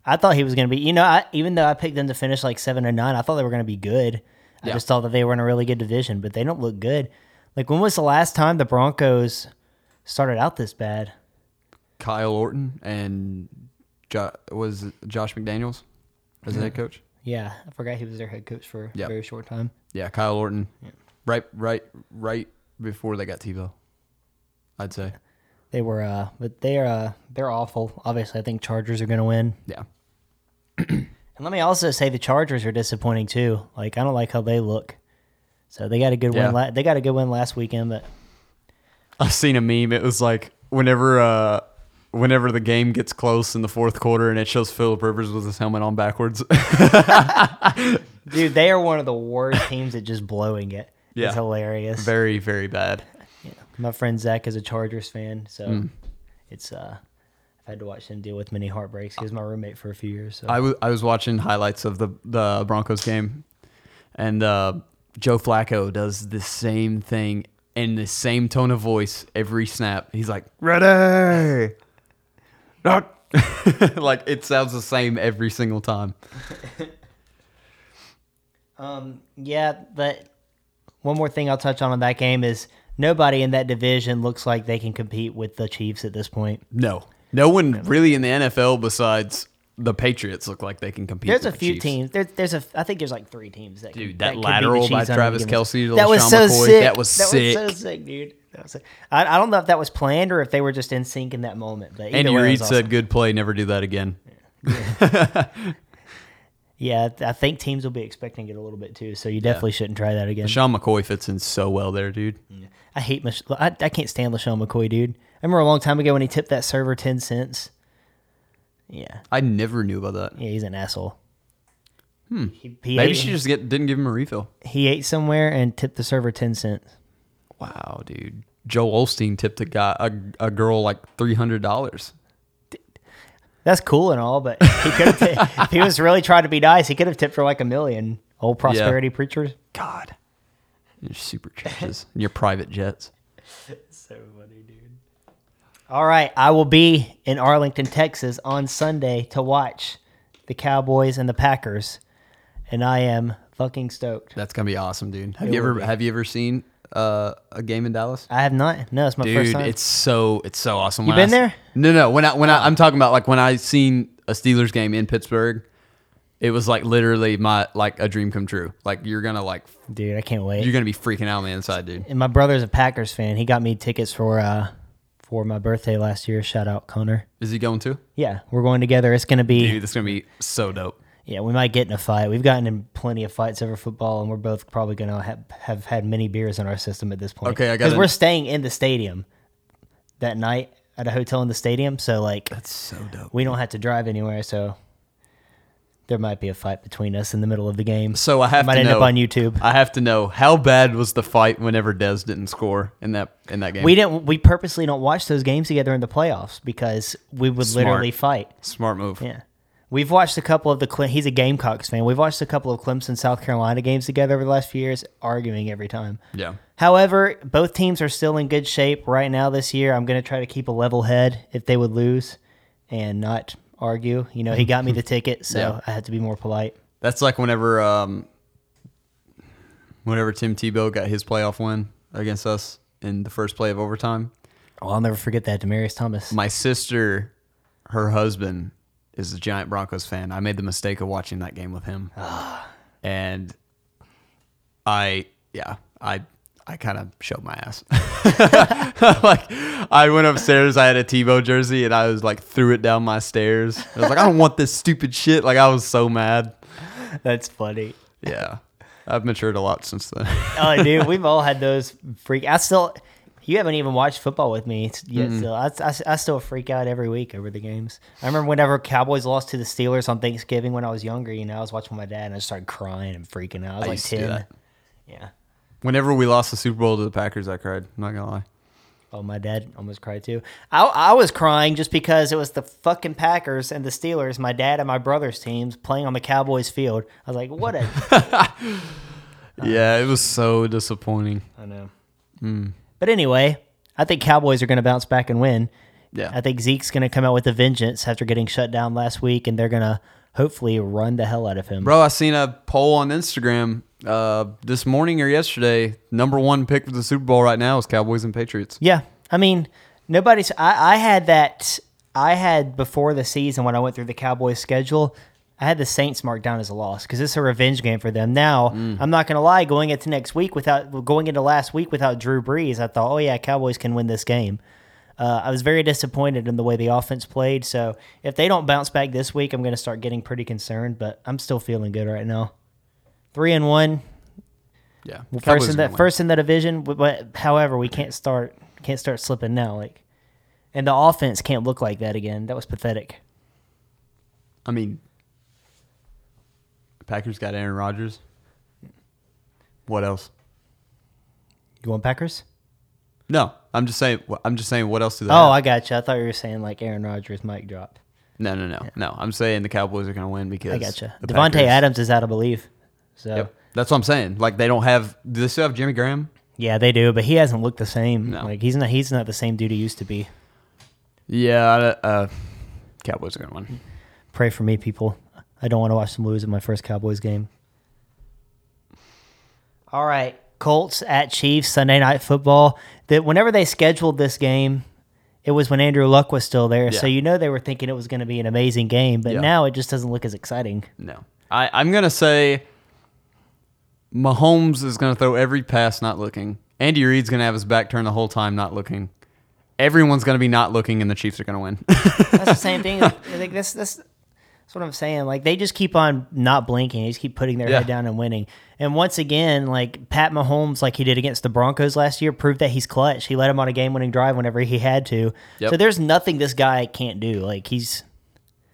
B: I thought he was going to be, you know, I, even though I picked them to finish like 7 and 9, I thought they were going to be good. I
A: Yeah.
B: just thought that they were in a really good division, but they don't look good. Like when was the last time the Broncos started out this bad?
A: Kyle Orton and jo- was it Josh McDaniels as the head coach.
B: Yeah, I forgot he was their head coach for a
A: Yep.
B: very short time.
A: Yeah, Kyle Orton. Right, right, right before they got Tebow. I'd say.
B: They were uh but they're uh they're awful. Obviously, I think Chargers are going to win.
A: Yeah.
B: And let me also say the Chargers are disappointing too. Like I don't like how they look. So they got a good
A: Yeah.
B: win. La- they got a good win last weekend, but
A: I've seen a meme. It was like whenever uh whenever the game gets close in the fourth quarter and it shows Philip Rivers with his helmet on backwards. [LAUGHS]
B: dude, they are one of the worst [LAUGHS] teams at just blowing it.
A: Yeah.
B: It's hilarious.
A: very, very bad.
B: My friend Zach is a Chargers fan, so
A: Hmm.
B: it's uh, I've had to watch him deal with many heartbreaks. He was my roommate for a few years. So
A: I wa- I was watching highlights of the, the Broncos game, and uh, Joe Flacco does the same thing in the same tone of voice every snap. He's like, ready. Not. [LAUGHS] like, it sounds the same every single time.
B: um, yeah, but one more thing I'll touch on in that game is nobody in that division looks like they can compete with the Chiefs at this point.
A: No. No one really in the NFL besides the Patriots look like they can compete.
B: There's
A: with the
B: a few
A: Chiefs.
B: teams. There, there's a. I think there's like three teams that.
A: Dude,
B: could-
A: that
B: could beat the
A: lateral by
B: Chiefs on
A: Travis
B: any given-
A: Kelce to
B: That was
A: LeSean
B: so
A: McCoy,
B: sick.
A: that was
B: That was
A: sick.
B: so sick, dude. That was sick. I, I don't know if that was planned or if they were just in sync in that moment. But either
A: Andy
B: way, it
A: Reid
B: was
A: said,
B: awesome.
A: "Good play, never do that again."
B: "Yeah, I th- I think teams will be expecting it a little bit too, so you definitely shouldn't try that again."
A: Sean McCoy fits in so well there, dude.
B: I hate Mich- I, I can't stand LaShawn McCoy, dude. I remember a long time ago when he tipped that server ten cents. Yeah,
A: I never knew about that.
B: yeah, he's an asshole. Hmm. He, he
A: Maybe
B: ate,
A: she just get, didn't give him a refill.
B: he ate somewhere and tipped the server ten cents.
A: Wow, dude. Joe Olstein tipped a guy a, a girl like three hundred dollars.
B: That's cool and all, but he could have. t- if he was really trying to be nice, he could have tipped for like a million. Old prosperity preachers.
A: God, your super churches and your private jets.
B: So funny, dude. All right, I will be in Arlington, Texas on Sunday to watch the Cowboys and the Packers, and I am fucking stoked.
A: That's gonna be awesome, dude. Have you ever have you ever seen uh, a game in Dallas?
B: I have not. No, it's my first
A: Dude,
B: time.
A: it's so it's so awesome. You
B: been there? Oh.
A: No, no. When I when I, I'm talking about like when I seen a Steelers game in Pittsburgh, it was like literally my like a dream come true. Like you're gonna like
B: dude, I can't wait.
A: you're gonna be freaking out on the inside, dude.
B: and my brother's a Packers fan. He got me tickets for uh for my birthday last year. Shout out Connor.
A: Is he going to?
B: Yeah, we're going together. It's gonna be
A: Dude, that's gonna be so dope.
B: yeah. We might get in a fight. We've gotten in plenty of fights over football, and we're both probably gonna have, have had many beers in our system at this point.
A: Okay, I got
B: because
A: it.
B: we're staying in the stadium that night at a hotel in the stadium, so like
A: That's so dope.
B: we don't have to drive anywhere. So there might be a fight between us in the middle of the game.
A: So I have
B: might
A: to
B: end
A: know.
B: up on YouTube.
A: I have to know how bad was the fight whenever Dez didn't score in that in that game.
B: We didn't. We purposely don't watch those games together in the playoffs because we would
A: Smart.
B: literally fight.
A: Smart move.
B: Yeah. We've watched a couple of the Cle- he's a Gamecocks fan. We've watched a couple of Clemson South Carolina games together over the last few years, arguing every time.
A: Yeah.
B: However, both teams are still in good shape right now this year. I'm going to try to keep a level head if they would lose and not argue. You know, he
A: [LAUGHS]
B: got me the ticket, so
A: Yeah.
B: I had to be more polite.
A: That's like whenever um whenever Tim Tebow got his playoff win against us in the first play of overtime.
B: Oh, I'll never forget that Demarius Thomas.
A: My sister, her husband, is a giant Broncos fan. I made the mistake of watching that game with him. and I yeah, I I kind of showed my ass. [LAUGHS] like I went upstairs, I had a Tebow jersey and I was like threw it down my stairs. I was like, I don't want this stupid shit. Like I was so mad.
B: [LAUGHS] That's funny.
A: Yeah. I've matured a lot since then. [LAUGHS]
B: oh, dude, we've all had those freak. I still, you haven't even watched football with me yet. Still, I, I, I still freak out every week over the games. I remember whenever Cowboys lost to the Steelers on Thanksgiving when I was younger. You know, I was watching with my dad and I just started crying and freaking out. I was like
A: used to do
B: ten.
A: that.
B: Yeah.
A: Whenever we lost the Super Bowl to the Packers, I cried. I'm not gonna lie.
B: Oh, my dad almost cried too. I, I was crying just because it was the fucking Packers and the Steelers, my dad and my brother's teams playing on the Cowboys field. I was like, what a.
A: yeah, it was so disappointing.
B: [LAUGHS] I know. But anyway, I think Cowboys are going to bounce back and win.
A: Yeah.
B: I think Zeke's going to come out with a vengeance after getting shut down last week, and they're going to hopefully run the hell out of him.
A: Bro, I seen a poll on Instagram uh, this morning or yesterday. Number one pick for the Super Bowl right now is Cowboys and Patriots.
B: Yeah, I mean, nobody's. I, I had that. I had before the season when I went through the Cowboys schedule. I had the Saints marked down as a loss because it's a revenge game for them. Now I'm not gonna lie, going into next week without going into last week without Drew Brees, I thought, oh yeah, Cowboys can win this game. Uh, I was very disappointed in the way the offense played. So if they don't bounce back this week, I'm gonna start getting pretty concerned. But I'm still feeling good right now. Three and one,
A: Yeah. Cowboys
B: first in
A: are
B: that
A: gonna
B: first in the division. But, but however, we can't start can't start slipping now. Like, and the offense can't look like that again. That was pathetic.
A: win. I mean, Packers got Aaron Rodgers. What else?
B: You want Packers?
A: No, I'm just saying. I'm just saying. What else do they?
B: Oh,
A: have?
B: I got you. I thought you were saying like Aaron Rodgers mic drop.
A: no, no, no, no. I'm saying the Cowboys are gonna win because
B: I got you.
A: the
B: Devontae
A: Packers-
B: Adams is out of belief. So
A: Yep. That's what I'm saying. Like they don't have. Do they still have Jimmy Graham?
B: yeah, they do, but he hasn't looked the same.
A: No.
B: Like he's not he's not the same dude he used to be.
A: Yeah, uh, Cowboys are gonna win.
B: Pray for me, people. I don't want to watch them lose in my first Cowboys game. All right, Colts at Chiefs Sunday Night Football. That whenever they scheduled this game, it was when Andrew Luck was still there, so
A: Yeah.
B: you know they were thinking it was going to be an amazing game. But
A: Yeah.
B: now it just doesn't look as exciting.
A: No, I, I'm gonna say Mahomes is gonna throw every pass not looking. Andy Reid's gonna have his back turned the whole time not looking. Everyone's gonna be not looking, and the Chiefs are gonna win. [LAUGHS]
B: That's the same thing. I think that's that's that's what I'm saying. Like they just keep on not blinking. They just keep putting their
A: Yeah.
B: head down and winning. And once again, like Pat Mahomes, like he did against the Broncos last year, proved that he's clutch. He led him on a game-winning drive whenever he had to.
A: Yep.
B: So there's nothing this guy can't do. Like he's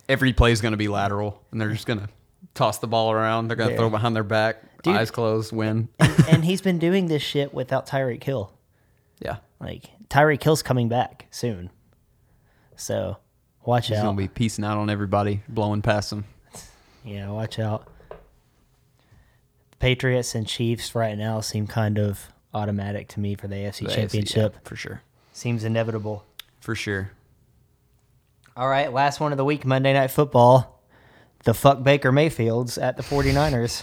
A: every play's gonna be lateral, and they're just gonna toss the ball around. They're gonna
B: Yeah.
A: throw behind their back, eyes closed, win. [LAUGHS]
B: and he's been doing this shit without Tyreek Hill.
A: yeah,
B: Like Tyreek Hill's coming back soon. So Watch
A: He's
B: out.
A: gonna be piecing out on everybody, blowing past them.
B: Yeah, watch out. The Patriots and Chiefs right now seem kind of automatic to me for the AFC
A: The AFC, yeah,
B: Championship.
A: for sure,
B: Seems inevitable.
A: for sure.
B: All right, last one of the week, Monday Night Football. The fuck Baker Mayfields at the 49ers.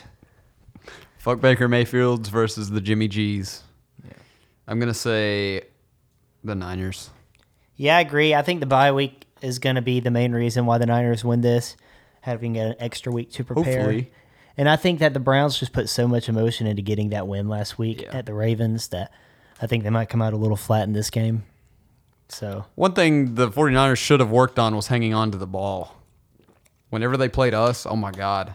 A: Fuck Baker Mayfield's versus the Jimmy G's. I'm gonna say the Niners.
B: yeah, I agree. I think the bye week is going to be the main reason why the Niners win this, having an extra week to prepare.
A: Hopefully.
B: And I think that the Browns just put so much emotion into getting that win last week
A: Yeah.
B: at the Ravens that I think they might come out a little flat in this game. So
A: One thing the 49ers should have worked on was hanging on to the ball. Whenever they played us, oh my god,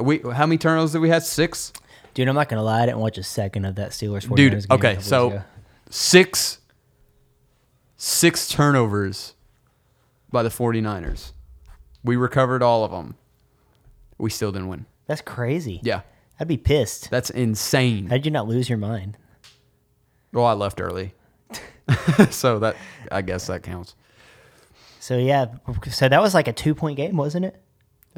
A: we how many turnovers did we have? Six,
B: Dude, I'm not gonna lie, I didn't watch a second of that Steelers 49ers game. a
A: dude.
B: couple
A: Okay,
B: weeks
A: so
B: ago.
A: six, six turnovers by the 49ers. We recovered all of them. We still didn't win.
B: that's crazy.
A: Yeah,
B: I'd be pissed.
A: that's insane.
B: How did you not lose your mind?
A: Well, I left early, [LAUGHS] so that I guess that counts.
B: So yeah, so that was like a two point game, wasn't it?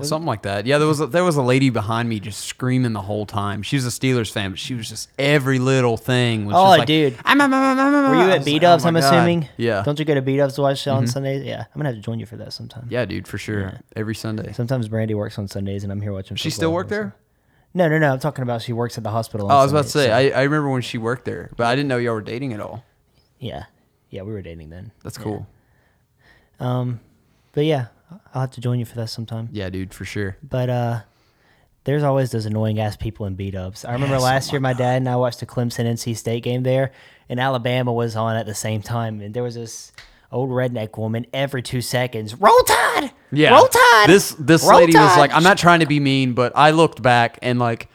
A: Something like that. Yeah, there was a, there was a lady behind me just screaming the whole time. She was a Steelers fan, but she was just every little thing was
B: Oh,
A: just like, "Ah,
B: dude.
A: I'm, I'm, I'm, I'm, I'm,
B: Were you
A: I
B: at
A: was
B: B
A: like,
B: Dubs?
A: oh
B: I'm
A: my God.
B: assuming.
A: Yeah, Mm-hmm.
B: Don't you go to B Dubs to watch on Sundays? Yeah, I'm gonna have to join you for that sometime.
A: yeah, dude, for sure. Every Sunday.
B: Sometimes Brandy works on Sundays, and I'm here watching.
A: She still worked there.
B: No, no, no. I'm talking about she works at the hospital. On
A: Oh, I was about to
B: Sundays,
A: say. I, I remember when she worked there, but I didn't know y'all were dating at all.
B: so- yeah, yeah, we were dating then.
A: That's cool.
B: But yeah, I'll have to join you for that sometime.
A: Yeah, dude, for sure.
B: But uh, there's always those annoying ass people in beat ups. I remember
A: Yes, oh
B: last
A: my
B: year my dad and I watched the Clemson NC State game there, and Alabama was on at the same time, and there was this old redneck woman every two seconds, roll tide,
A: Yeah.
B: roll tide.
A: This this
B: Roll
A: lady was
B: Tide!"
A: like, I'm not trying to be mean, but I looked back and like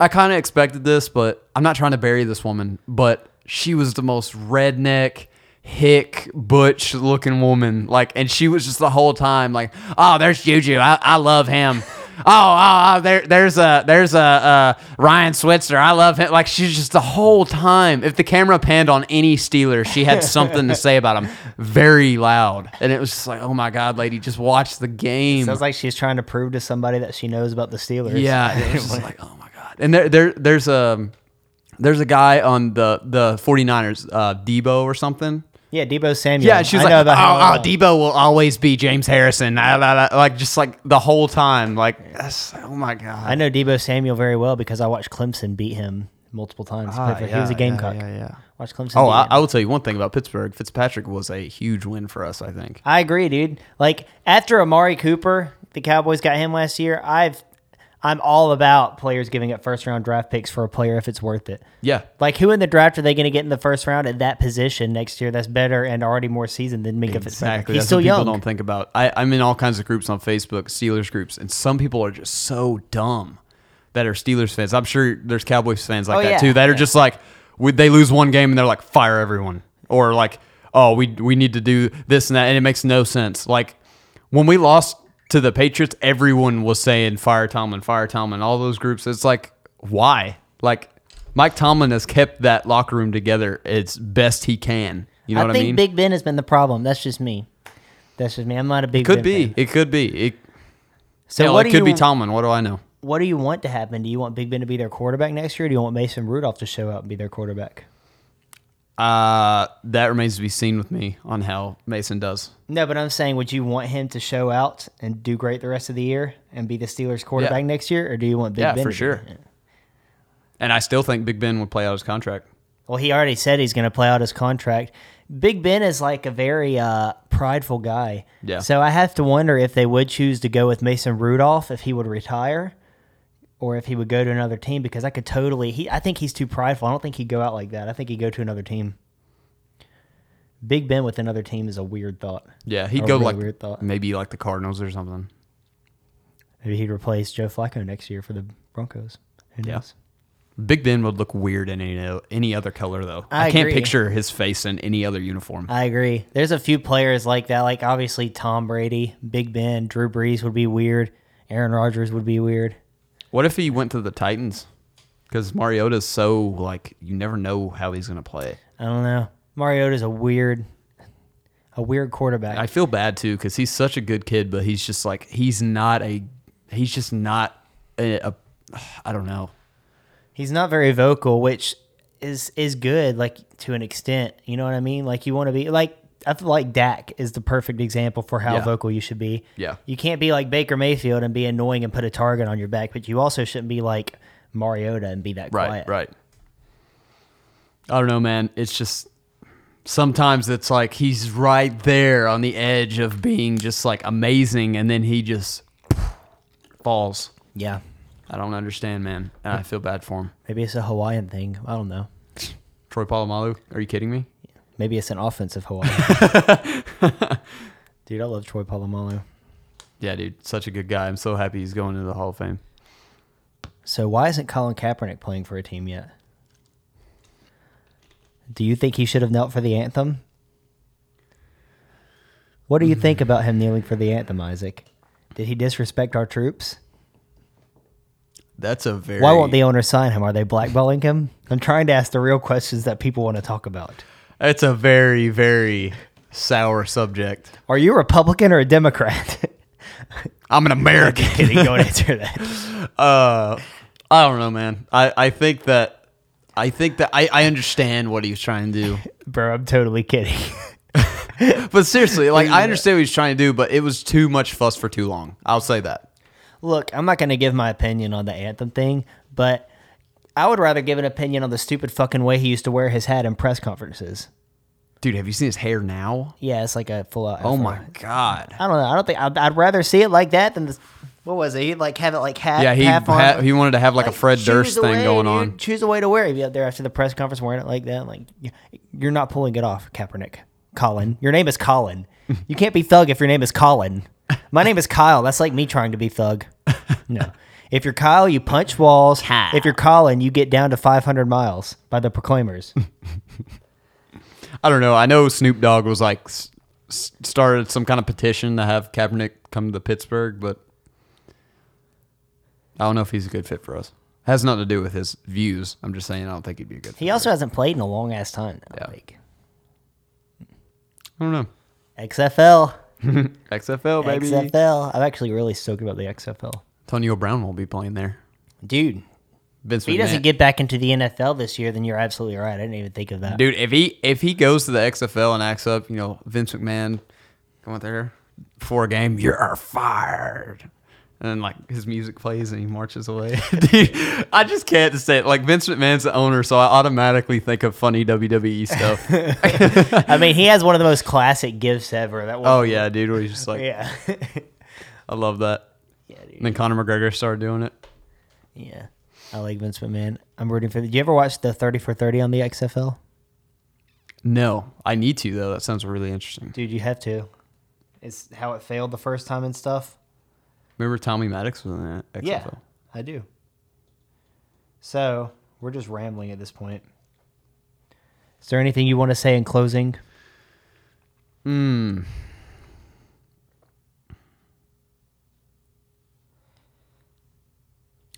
A: I kind of expected this, but I'm not trying to bury this woman, but she was the most redneck hick butch looking woman like and she was just the whole time like oh there's juju i, I love him [LAUGHS] oh, oh oh, there there's a there's a uh ryan switzer i love him like she's just the whole time if the camera panned on any steeler she had something to say about him very loud and it was just like oh my god lady just watch the game
B: Sounds like she's trying to prove to somebody that she knows about the Steelers.
A: [LAUGHS] yeah, it was just like, oh my god. And there, there, there's a, there's a guy on the the 49ers, uh, Debo or something.
B: yeah. Debo Samuel.
A: Yeah, and she was
B: I
A: like,
B: know
A: oh,
B: about how-
A: oh, Debo will always be James Harrison. Ah, la, la, Like just like the whole time, like that's, oh my
B: I
A: god.
B: know Debo Samuel very well because I watched Clemson beat him multiple times. He, played for- he was a Gamecock.
A: Ah, Yeah, yeah. yeah.
B: Watched Clemson.
A: Oh,
B: beat
A: I,
B: him.
A: I will tell you one thing about Pittsburgh. Fitzpatrick was a huge win for us. I think.
B: I agree, dude. Like after Amari Cooper, the Cowboys got him last year. I've I'm all about players giving up first round draft picks for a player if it's worth it.
A: Yeah,
B: Like who in the draft are they going to get in the first round at that position next year? That's better and already more seasoned than Minka Fitzpatrick.
A: Exactly.
B: He's
A: That's
B: still
A: what people
B: young.
A: don't think about. I, I'm in all kinds of groups on Facebook, Steelers groups, and some people are just so dumb that are Steelers fans. I'm sure there's Cowboys fans like
B: Oh,
A: that
B: yeah,
A: too. That are
B: yeah.
A: just like we, they lose one game and they're like fire everyone or like oh we we need to do this and that and it makes no sense. Like when we lost to the Patriots, everyone was saying fire Tomlin, fire Tomlin, all those groups. It's like why? Like Mike Tomlin has kept that locker room together as best he can. You know
B: I
A: what
B: think
A: I mean?
B: Big Ben has been the problem. That's just me. That's just me. I'm not a big
A: could
B: Ben
A: be.
B: fan.
A: It could be. It
B: So
A: Hell,
B: what
A: it
B: do
A: could be
B: you,
A: Tomlin. What do I know?
B: What do you want to happen? Do you want Big Ben to be their quarterback next year? Or do you want Mason Rudolph to show up and be their quarterback?
A: Uh, that remains to be seen with me on how Mason does.
B: No, but I'm saying, would you want him to show out and do great the rest of the year and be the Steelers quarterback
A: Yeah.
B: next year, or do you want Big
A: Yeah,
B: Ben?
A: for
B: to do
A: sure.
B: it?
A: And I still think Big Ben would play out his contract.
B: Well, he already said he's going to play out his contract. Big Ben is like a very uh, prideful guy.
A: Yeah.
B: So I have to wonder if they would choose to go with Mason Rudolph if he would retire, or if he would go to another team because I could totally. He, I think he's too prideful. I don't think he'd go out like that. I think he'd go to another team. Big Ben with another team is a weird thought.
A: Yeah, he'd
B: A
A: go
B: really
A: like
B: weird thought.
A: maybe like the Cardinals or something.
B: Maybe he'd replace Joe Flacco next year for the Broncos. Who
A: Yeah.
B: knows?
A: Big Ben would look weird in any o- any other color though.
B: I
A: I, can't
B: agree.
A: picture his face in any other uniform.
B: I agree. There's a few players like that. Like obviously Tom Brady, Big Ben, Drew Brees would be weird. Aaron Rodgers would be weird.
A: what if he went to the Titans? Because Mariota's so like you never know how he's gonna play.
B: I don't know. Mariota's a weird. a weird quarterback.
A: I feel bad too because he's such a good kid, but he's just like he's not a he's just not a, a I don't know.
B: He's not very vocal, which is is good, like to an extent. You know what I mean? Like you want to be like I feel like Dak is the perfect example for how
A: Yeah.
B: vocal you should be.
A: Yeah.
B: You can't be like Baker Mayfield and be annoying and put a target on your back, but you also shouldn't be like Mariota and be that
A: Right,
B: quiet.
A: right. I don't know, man. It's just sometimes it's like he's right there on the edge of being just like amazing, and then he just falls.
B: Yeah.
A: I don't understand, man, and I feel bad for him.
B: Maybe it's a Hawaiian thing. I don't know.
A: Troy Polamalu, are you kidding me?
B: Maybe it's an offensive Hawaii.
A: [LAUGHS]
B: Dude, I love Troy Polamalu.
A: Yeah, dude, such a good guy. I'm so happy he's going into the Hall of Fame.
B: So why isn't Colin Kaepernick playing for a team yet? Do you think he should have knelt for the anthem? What do you think about him kneeling for the anthem, Isaac? Did he disrespect our troops?
A: That's a very
B: Why won't the owner sign him? Are they blackballing him? I'm trying to ask the real questions that people want to talk about.
A: That's a very very sour subject.
B: Are you a Republican or a Democrat? [LAUGHS]
A: I'm an [LAUGHS] American.
B: Can you go and answer that?
A: uh, I don't know, man. I, I think that I think that I, I understand what he was trying to do,
B: Bro, I'm totally kidding.
A: but seriously, like I understand what he was trying to do, but it was too much fuss for too long. I'll say that.
B: Look, I'm not going to give my opinion on the anthem thing, but I would rather give an opinion on the stupid fucking way he used to wear his hat in press conferences.
A: Dude, have you seen his hair now?
B: Yeah, it's like a full out.
A: Oh my god.
B: I don't know. I don't think I'd, I'd rather see it like that than this. What was it? He'd like have it like half.
A: Yeah, he
B: half on,
A: ha- he wanted to have like, a Fred
B: choose
A: Durst
B: a
A: thing
B: way,
A: going
B: dude.
A: on.
B: Choose a way to wear it. Be out there after the press conference wearing it like that. Like y- you're not pulling it off, Kaepernick. Colin, your name
A: [LAUGHS]
B: is Colin. you can't be thug if your name is Colin. My name is Kyle. That's like me trying to be thug.
A: [LAUGHS]
B: No. If you're Kyle, you punch walls.
A: Kyle.
B: If you're Colin, you get down to 500 miles by the Proclaimers.
A: I don't know. I know Snoop Dogg was like s- s- started some kind of petition to have Kaepernick come to Pittsburgh, but I don't know if he's a good fit for us. Has nothing to do with his views. I'm just saying I don't think he'd be a good.
B: he
A: fit. [LAUGHS]
B: also hasn't played in a long ass time.
A: Yeah.
B: Yeah. Like,
A: I don't know.
B: XFL.
A: XFL baby.
B: XFL. I'm actually really stoked about the XFL.
A: Antonio Brown won't be playing there.
B: Dude,
A: Vince
B: if he
A: McMahon-
B: doesn't get back into the NFL this year, then you're absolutely right. I didn't even think of that.
A: Dude, if he if he goes to the XFL and acts up, you know, Vince McMahon, come out there before a game, you are fired. And then like his music plays and he marches away. [LAUGHS] Dude, I just can't say it. Like Vince McMahon's the owner, so I automatically think of funny WWE
B: [LAUGHS]
A: stuff.
B: I mean, he has one of the most classic gifts ever. That one.
A: oh yeah, dude, where he's just like,
B: yeah, [LAUGHS]
A: I love that.
B: yeah, dude.
A: And then Conor McGregor started doing it.
B: yeah. I like Vince McMahon. I'm rooting for. Did you ever watch the 30 for 30 on the XFL?
A: No, I need to though. That sounds really interesting.
B: Dude, you have to. It's how it failed the first time and stuff.
A: Remember Tommy Maddox was in the XFL?
B: Yeah, I do. So we're just rambling at this point. Is there anything you want to say in closing?
A: Hmm.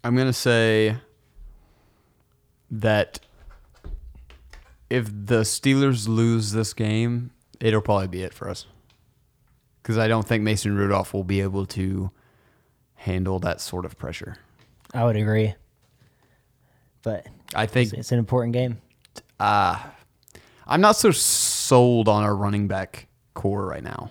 A: I'm gonna say that if the Steelers lose this game, it'll probably be it for us. Because I don't think Mason Rudolph will be able to handle that sort of pressure.
B: I would agree, but
A: I
B: it's,
A: think
B: it's an important game.
A: I'm not so sold on our running back core right now.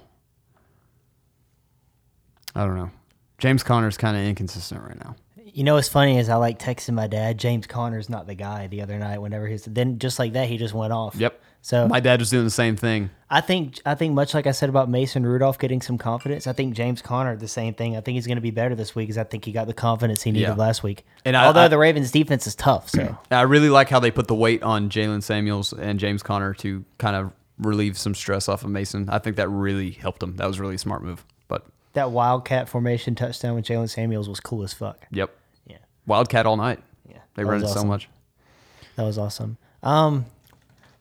A: I don't know. James Conner's kind of inconsistent right now.
B: You know what's funny is I like texting my dad. James Connor's not the guy. The other night, whenever he was then just like that, he just went off.
A: Yep.
B: So
A: My dad was doing the same thing.
B: I think I think much like I said about Mason Rudolph getting some confidence, I think James Connor the same thing. I think he's going to be better this week because I think he got the confidence he needed
A: Yeah.
B: last week.
A: And
B: And
A: I-
B: although
A: I-
B: the Ravens defense is
A: [CLEARS THROAT]
B: tough, so
A: I really like how they put the weight on Jalen Samuels and James Conner to kind of relieve some stress off of Mason. I think that really helped him. That was a really smart move. But
B: that wildcat formation touchdown with Jalen Samuels was cool as fuck.
A: yep.
B: Yeah,
A: Wildcat all night.
B: yeah,
A: They
B: That
A: run it
B: was
A: so
B: awesome.
A: much.
B: That was awesome. Um,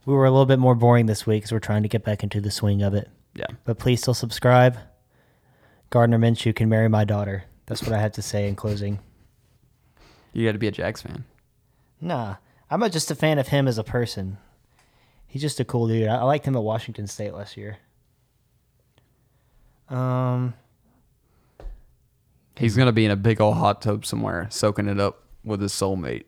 B: we were a little bit more boring this week because we're trying to get back into the swing of it.
A: Yeah.
B: But please still subscribe. Gardner Minshew can marry my daughter. That's what I had to say in closing.
A: You got to be a Jags fan.
B: Nah, I'm not just a fan of him as a person. He's just a cool dude. I, I liked him at Washington State last year. Um,
A: He's gonna be in a big old hot tub somewhere, soaking it up with his soulmate.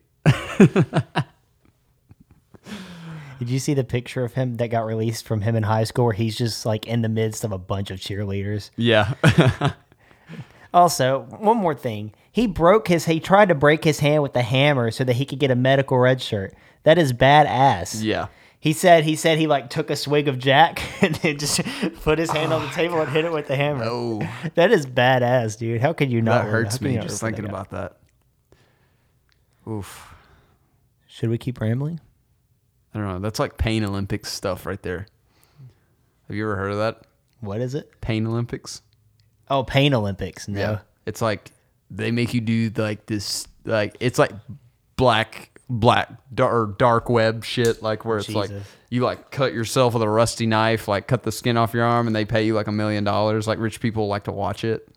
B: did you see the picture of him that got released from him in high school where he's just like in the midst of a bunch of cheerleaders?
A: [LAUGHS] Yeah.
B: Also, one more thing. He broke his he tried to break his hand with a hammer so that he could get a medical red shirt. That is badass.
A: yeah.
B: He said he said he like took a swig of Jack [LAUGHS] and then just put his hand on the table and hit it with the hammer.
A: Oh,
B: That is badass, dude. How could you not?
A: that
B: love- how
A: hurts
B: could you
A: me
B: not
A: just
B: love that
A: thinking
B: guy?
A: about that. Oof.
B: Should we keep rambling?
A: I don't know. That's like pain Olympics stuff right there. Have you ever heard of that?
B: What is it?
A: Pain Olympics?
B: Oh, Pain Olympics. No.
A: It's like they make you do like this like it's like black black dar- or dark web shit like where it's like
B: Jesus.
A: you like cut yourself with a rusty knife, like cut the skin off your arm and they pay you like a million dollars. Like rich people like to watch it.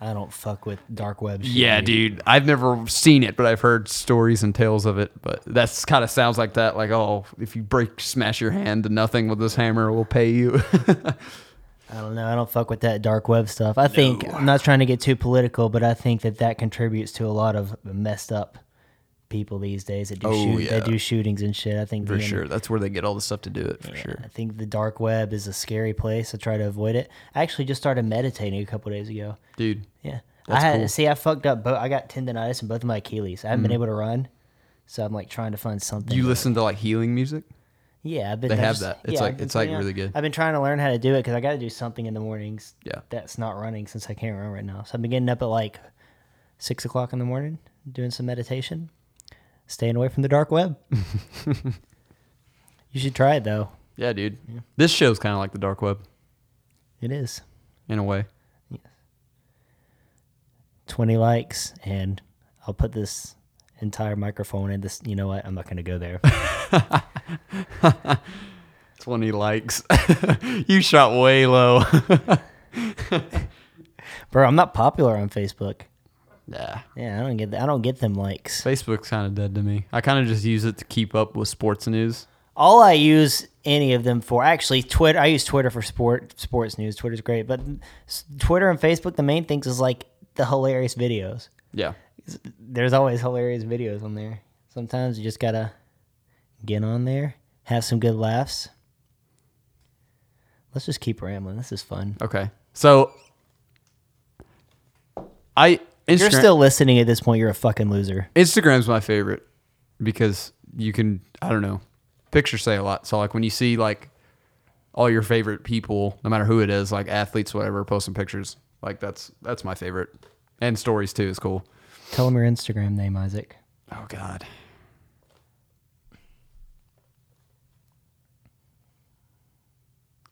B: I don't fuck with dark web shit.
A: Yeah, dude. I've never seen it, but I've heard stories and tales of it. But that's kind of sounds like that. Like, oh, if you break, smash your hand to nothing with this hammer, we'll pay [LAUGHS] you.
B: I don't know. I don't fuck with that dark web stuff. I think I'm not trying to get too political, but I think that that contributes to a lot of messed up people these days that do
A: Oh,
B: shoot,
A: yeah.
B: that do shootings and shit. I think
A: for
B: the,
A: sure. That's where they get all the stuff to do it. For sure.
B: I think the dark web is a scary place. I try to avoid it. I actually just started meditating a couple days ago.
A: Dude,
B: Yeah,
A: That's
B: I had
A: cool. Mm-hmm.
B: see I fucked up. Both I got tendonitis in both of my Achilles. I haven't been able to run, so I'm like trying to find something.
A: you listen to like healing music?
B: Yeah, I've been.
A: They
B: I've
A: have
B: just-
A: that. It's
B: yeah,
A: like-
B: I've been
A: it's like
B: trying-
A: really good.
B: I've been trying to learn how to do it because I got to do something in the mornings.
A: Yeah.
B: that's not running since I can't run right now. So I've been getting up at like six o'clock in the morning, doing some meditation, staying away from the
A: [LAUGHS]
B: dark web. you should try it though.
A: Yeah, dude. This show's kind of like the dark web
B: It is
A: in a way.
B: twenty likes, and I'll put this entire microphone in this. You know what? I'm not going to go there.
A: 20 likes. [LAUGHS] you shot way low. [LAUGHS]
B: Bro, I'm not popular on Facebook.
A: nah.
B: Yeah, I don't get I don't get them likes.
A: Facebook's kind of dead to me. I kind of just use it to keep up with sports news.
B: All I use any of them for actually Twitter. I use Twitter for sport sports news. Twitter's great, but s- Twitter and Facebook, the main things is like the hilarious videos.
A: Yeah.
B: There's always hilarious videos on there. Sometimes you just gotta get on there, have some good laughs. Let's just keep rambling. This is fun.
A: Okay. So I Instagram,
B: If you're still listening at this point. You're a fucking loser.
A: Instagram's my favorite because you can I don't know. Pictures say a lot. So like when you see like all your favorite people, no matter who it is, like athletes, whatever, posting pictures, like that's that's my favorite. And stories too is cool.
B: Tell them your Instagram name, Isaac.
A: Oh God.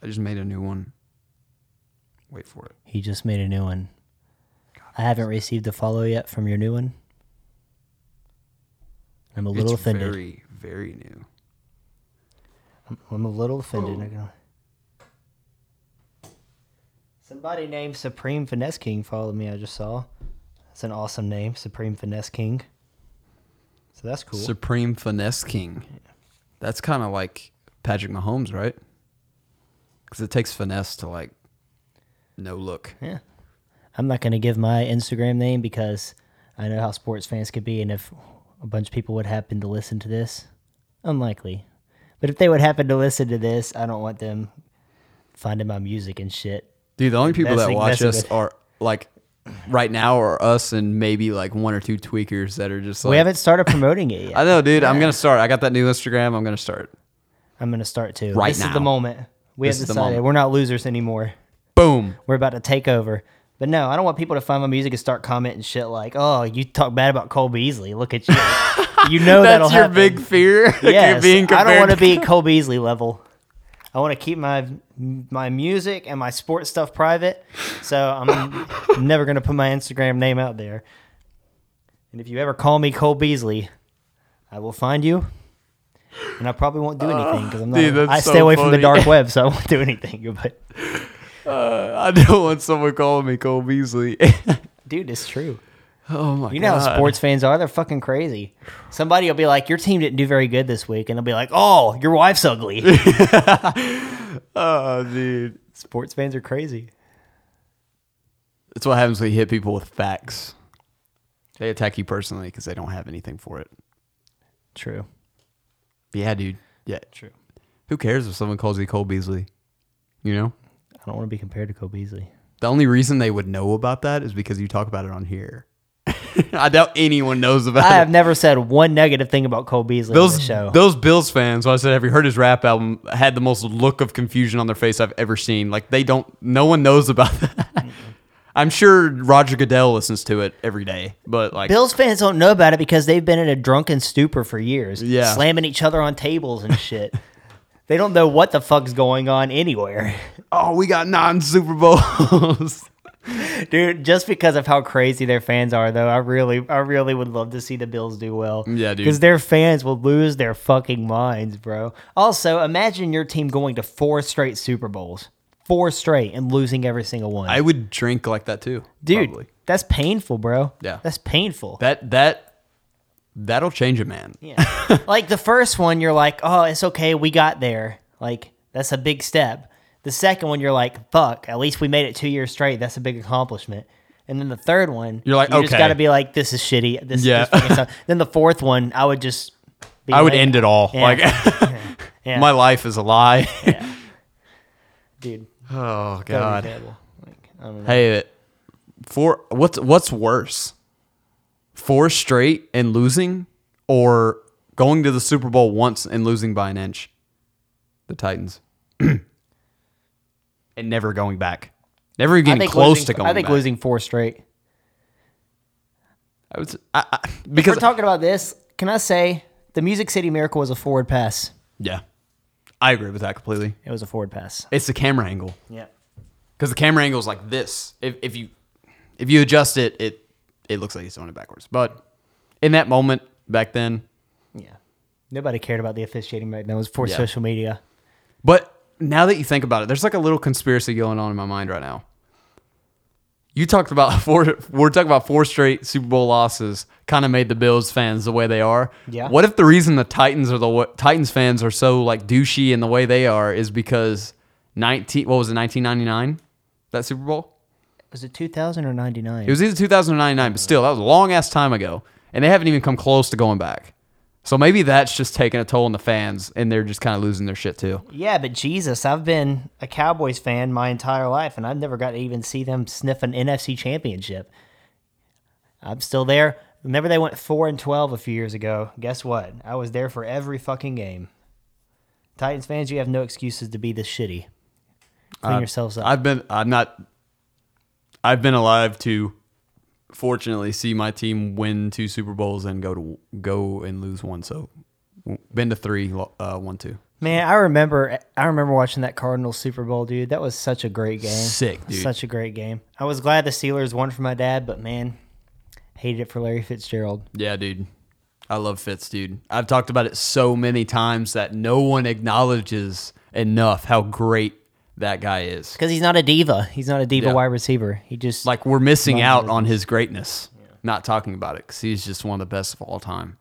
A: I just made a new one. Wait for it.
B: He just made a new one. I haven't received a follow yet from your new one. I'm a little
A: it's
B: offended.
A: very, very new.
B: I'm a little offended. I gotta- Somebody named Supreme Finesse King followed me. I just saw. That's an awesome name, Supreme Finesse King. So that's cool.
A: Supreme Finesse King. That's kind of like Patrick Mahomes, right? Because it takes finesse to like no look.
B: yeah. I'm not gonna give my Instagram name because I know how sports fans could be, and if a bunch of people would happen to listen to this, unlikely. But if they would happen to listen to this, I don't want them finding my music and shit.
A: Dude, the only people
B: That's
A: that
B: like-
A: watch
B: that's
A: us
B: like-
A: are like right now are us and maybe like one or two tweakers that are just like.
B: We haven't started promoting
A: [LAUGHS]
B: it
A: I
B: yet.
A: know, dude. I'm gonna start. I got that new Instagram. I'm gonna start.
B: I'm gonna start to.
A: Right
B: this is
A: now.
B: the moment. We
A: This
B: have
A: is the
B: decided
A: moment.
B: we're not losers anymore.
A: Boom.
B: We're about to take over. But no, I don't want people to find my music and start commenting shit like, "Oh, you talk bad about Cole Beasley.
A: [LAUGHS]
B: Look at you. you know Oh, that'll
A: That's your
B: happen."
A: big fear. [LAUGHS]
B: yes,
A: being
B: I don't
A: compared
B: want to
A: to-
B: be Cole Beasley level. I want to keep my my music and my sports stuff private, so
A: [LAUGHS]
B: I'm never gonna put my Instagram name out there. And if you ever call me Cole Beasley, I will find you, and I probably won't do anything because I'm not.
A: Uh, Dude, that's
B: I stay
A: so
B: away from the
A: funny. [LAUGHS]
B: dark web, so I won't do anything. But
A: I don't want someone calling me Cole Beasley. [LAUGHS]
B: dude, it's true.
A: oh my
B: You know
A: god.
B: how sports fans are. They're fucking crazy. Somebody will be like, Your team didn't do very good this week. And they'll be like, Oh, your
A: [LAUGHS]
B: wife's ugly.
A: Oh, dude.
B: sports fans are crazy.
A: That's what happens when you hit people with facts. They attack you personally because they don't have anything for it.
B: True.
A: Yeah, dude. Yeah.
B: True.
A: Who cares if someone calls you Cole Beasley? You know?
B: I don't want to be compared to Cole Beasley.
A: The only reason they would know about that is because you talk about it on here. [LAUGHS] I doubt anyone knows about
B: I
A: it.
B: have never said one negative thing about Cole Beasley on
A: those
B: the show.
A: those Bills fans, when I said, "Have you heard his rap album?" had the most look of confusion on their face I've ever seen. Like they don't, no one knows about [LAUGHS] that. I'm sure Roger Goodell listens to it every day, but like,
B: Bills fans don't know about it because they've been in a drunken stupor for years,
A: Yeah.
B: slamming each other on tables and
A: [LAUGHS]
B: shit. they don't know what the fuck's going on anywhere.
A: oh, we got nine [LAUGHS] Super Bowls.
B: Dude, just because of how crazy their fans are though, I really I really would love to see the Bills do well.
A: Yeah, dude.
B: Cuz their fans will lose their fucking minds, bro. Also, imagine your team going to four straight Super Bowls. Four straight and losing every single one.
A: I would drink like that too,
B: Dude,
A: probably.
B: that's painful, bro.
A: Yeah.
B: That's painful.
A: That that that'll change a man.
B: [LAUGHS] Yeah. like the first one, you're like, oh, it's okay. We got there. Like, that's a big step. The second one, you're like, fuck, at least we made it two years straight. That's a big accomplishment. And then the third one,
A: You're like,
B: you just
A: okay.
B: got to be like, this is shitty. This,
A: Yeah.
B: this fucking sucks. then the fourth one, I would just be
A: I would
B: like-
A: end it all.
B: Yeah.
A: Like [LAUGHS]
B: Yeah.
A: my life is a lie.
B: [LAUGHS] Dude,
A: oh
B: that would
A: God.
B: be terrible. Like, I don't know.
A: Hey, four. What's what's worse, four straight and losing, or going to the Super Bowl once and losing by an inch? The Titans, [CLEARS THROAT] and never going back, never
B: I
A: getting
B: think
A: close
B: losing,
A: to going.
B: I think
A: back.
B: losing four straight.
A: I was, I, I,
B: We're
A: because
B: talking about this. Can I say the Music City Miracle was a forward pass?
A: yeah, I agree with that completely.
B: It was a forward pass.
A: It's the camera angle
B: Yeah.
A: because the camera angle is like this. If if you if you adjust it, it it looks like he's doing it backwards. But in that moment back then,
B: Yeah. Nobody cared about the officiating back then. It was for
A: Yeah.
B: social media.
A: But now that you think about it, there's like a little conspiracy going on in my mind right now. You talked about [LAUGHS] four. We're talking about four straight Super Bowl losses. Kind of made the Bills fans the way they are.
B: Yeah.
A: What if the reason the Titans are the wa- Titans fans are so like douchey in the way they are is because nineteen? What was it? Nineteen ninety nine? That Super Bowl?
B: Was it 2000 or 99?
A: It was either 2099, but still, that was a long ass time ago, and they haven't even come close to going back. So maybe that's just taking a toll on the fans, and they're just kind of losing their shit too.
B: yeah, but Jesus, I've been a Cowboys fan my entire life, and I've never got to even see them sniff an NFC championship. I'm still there. Remember they went 4 and 12 a few years ago. Guess what? I was there for every fucking game. Titans fans, you have no excuses to be this shitty. Clean
A: Uh,
B: yourselves up.
A: I've been I'm not I've been alive to fortunately see my team win two Super Bowls and go to go and lose one. So been to three, lo- uh, one two.
B: Man, I remember I remember watching that Cardinals Super Bowl, dude. That was such a great game.
A: Sick, dude.
B: Such a great game. I was glad the Steelers won for my dad, but man, hated it for Larry Fitzgerald.
A: Yeah, dude. I love Fitz, dude. I've talked about it so many times that no one acknowledges enough how great that guy is.
B: Because he's not a diva. He's not a diva
A: Yeah.
B: wide receiver. He just
A: Like we're missing out on his greatness, not talking about it because he's just one of the best of all time.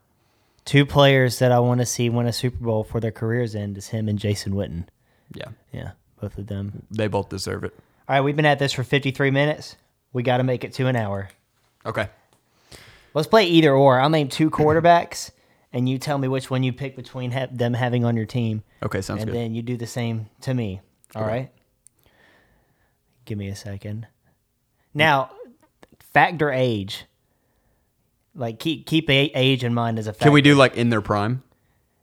B: two players that I want to see win a Super Bowl for their careers end is him and Jason Witten.
A: Yeah,
B: Yeah, both of them.
A: they both deserve it.
B: All right, we've been at this for 53 minutes. We got to make it to an hour.
A: Okay.
B: Let's play either or. I'll name two quarterbacks, and you tell me which one you pick between ha- them having on your team.
A: Okay, sounds
B: and
A: good.
B: then you do the same to me. All right. Give me a second. Now, factor age. Like keep keep a- age in mind as a factor.
A: Can we do like in their prime?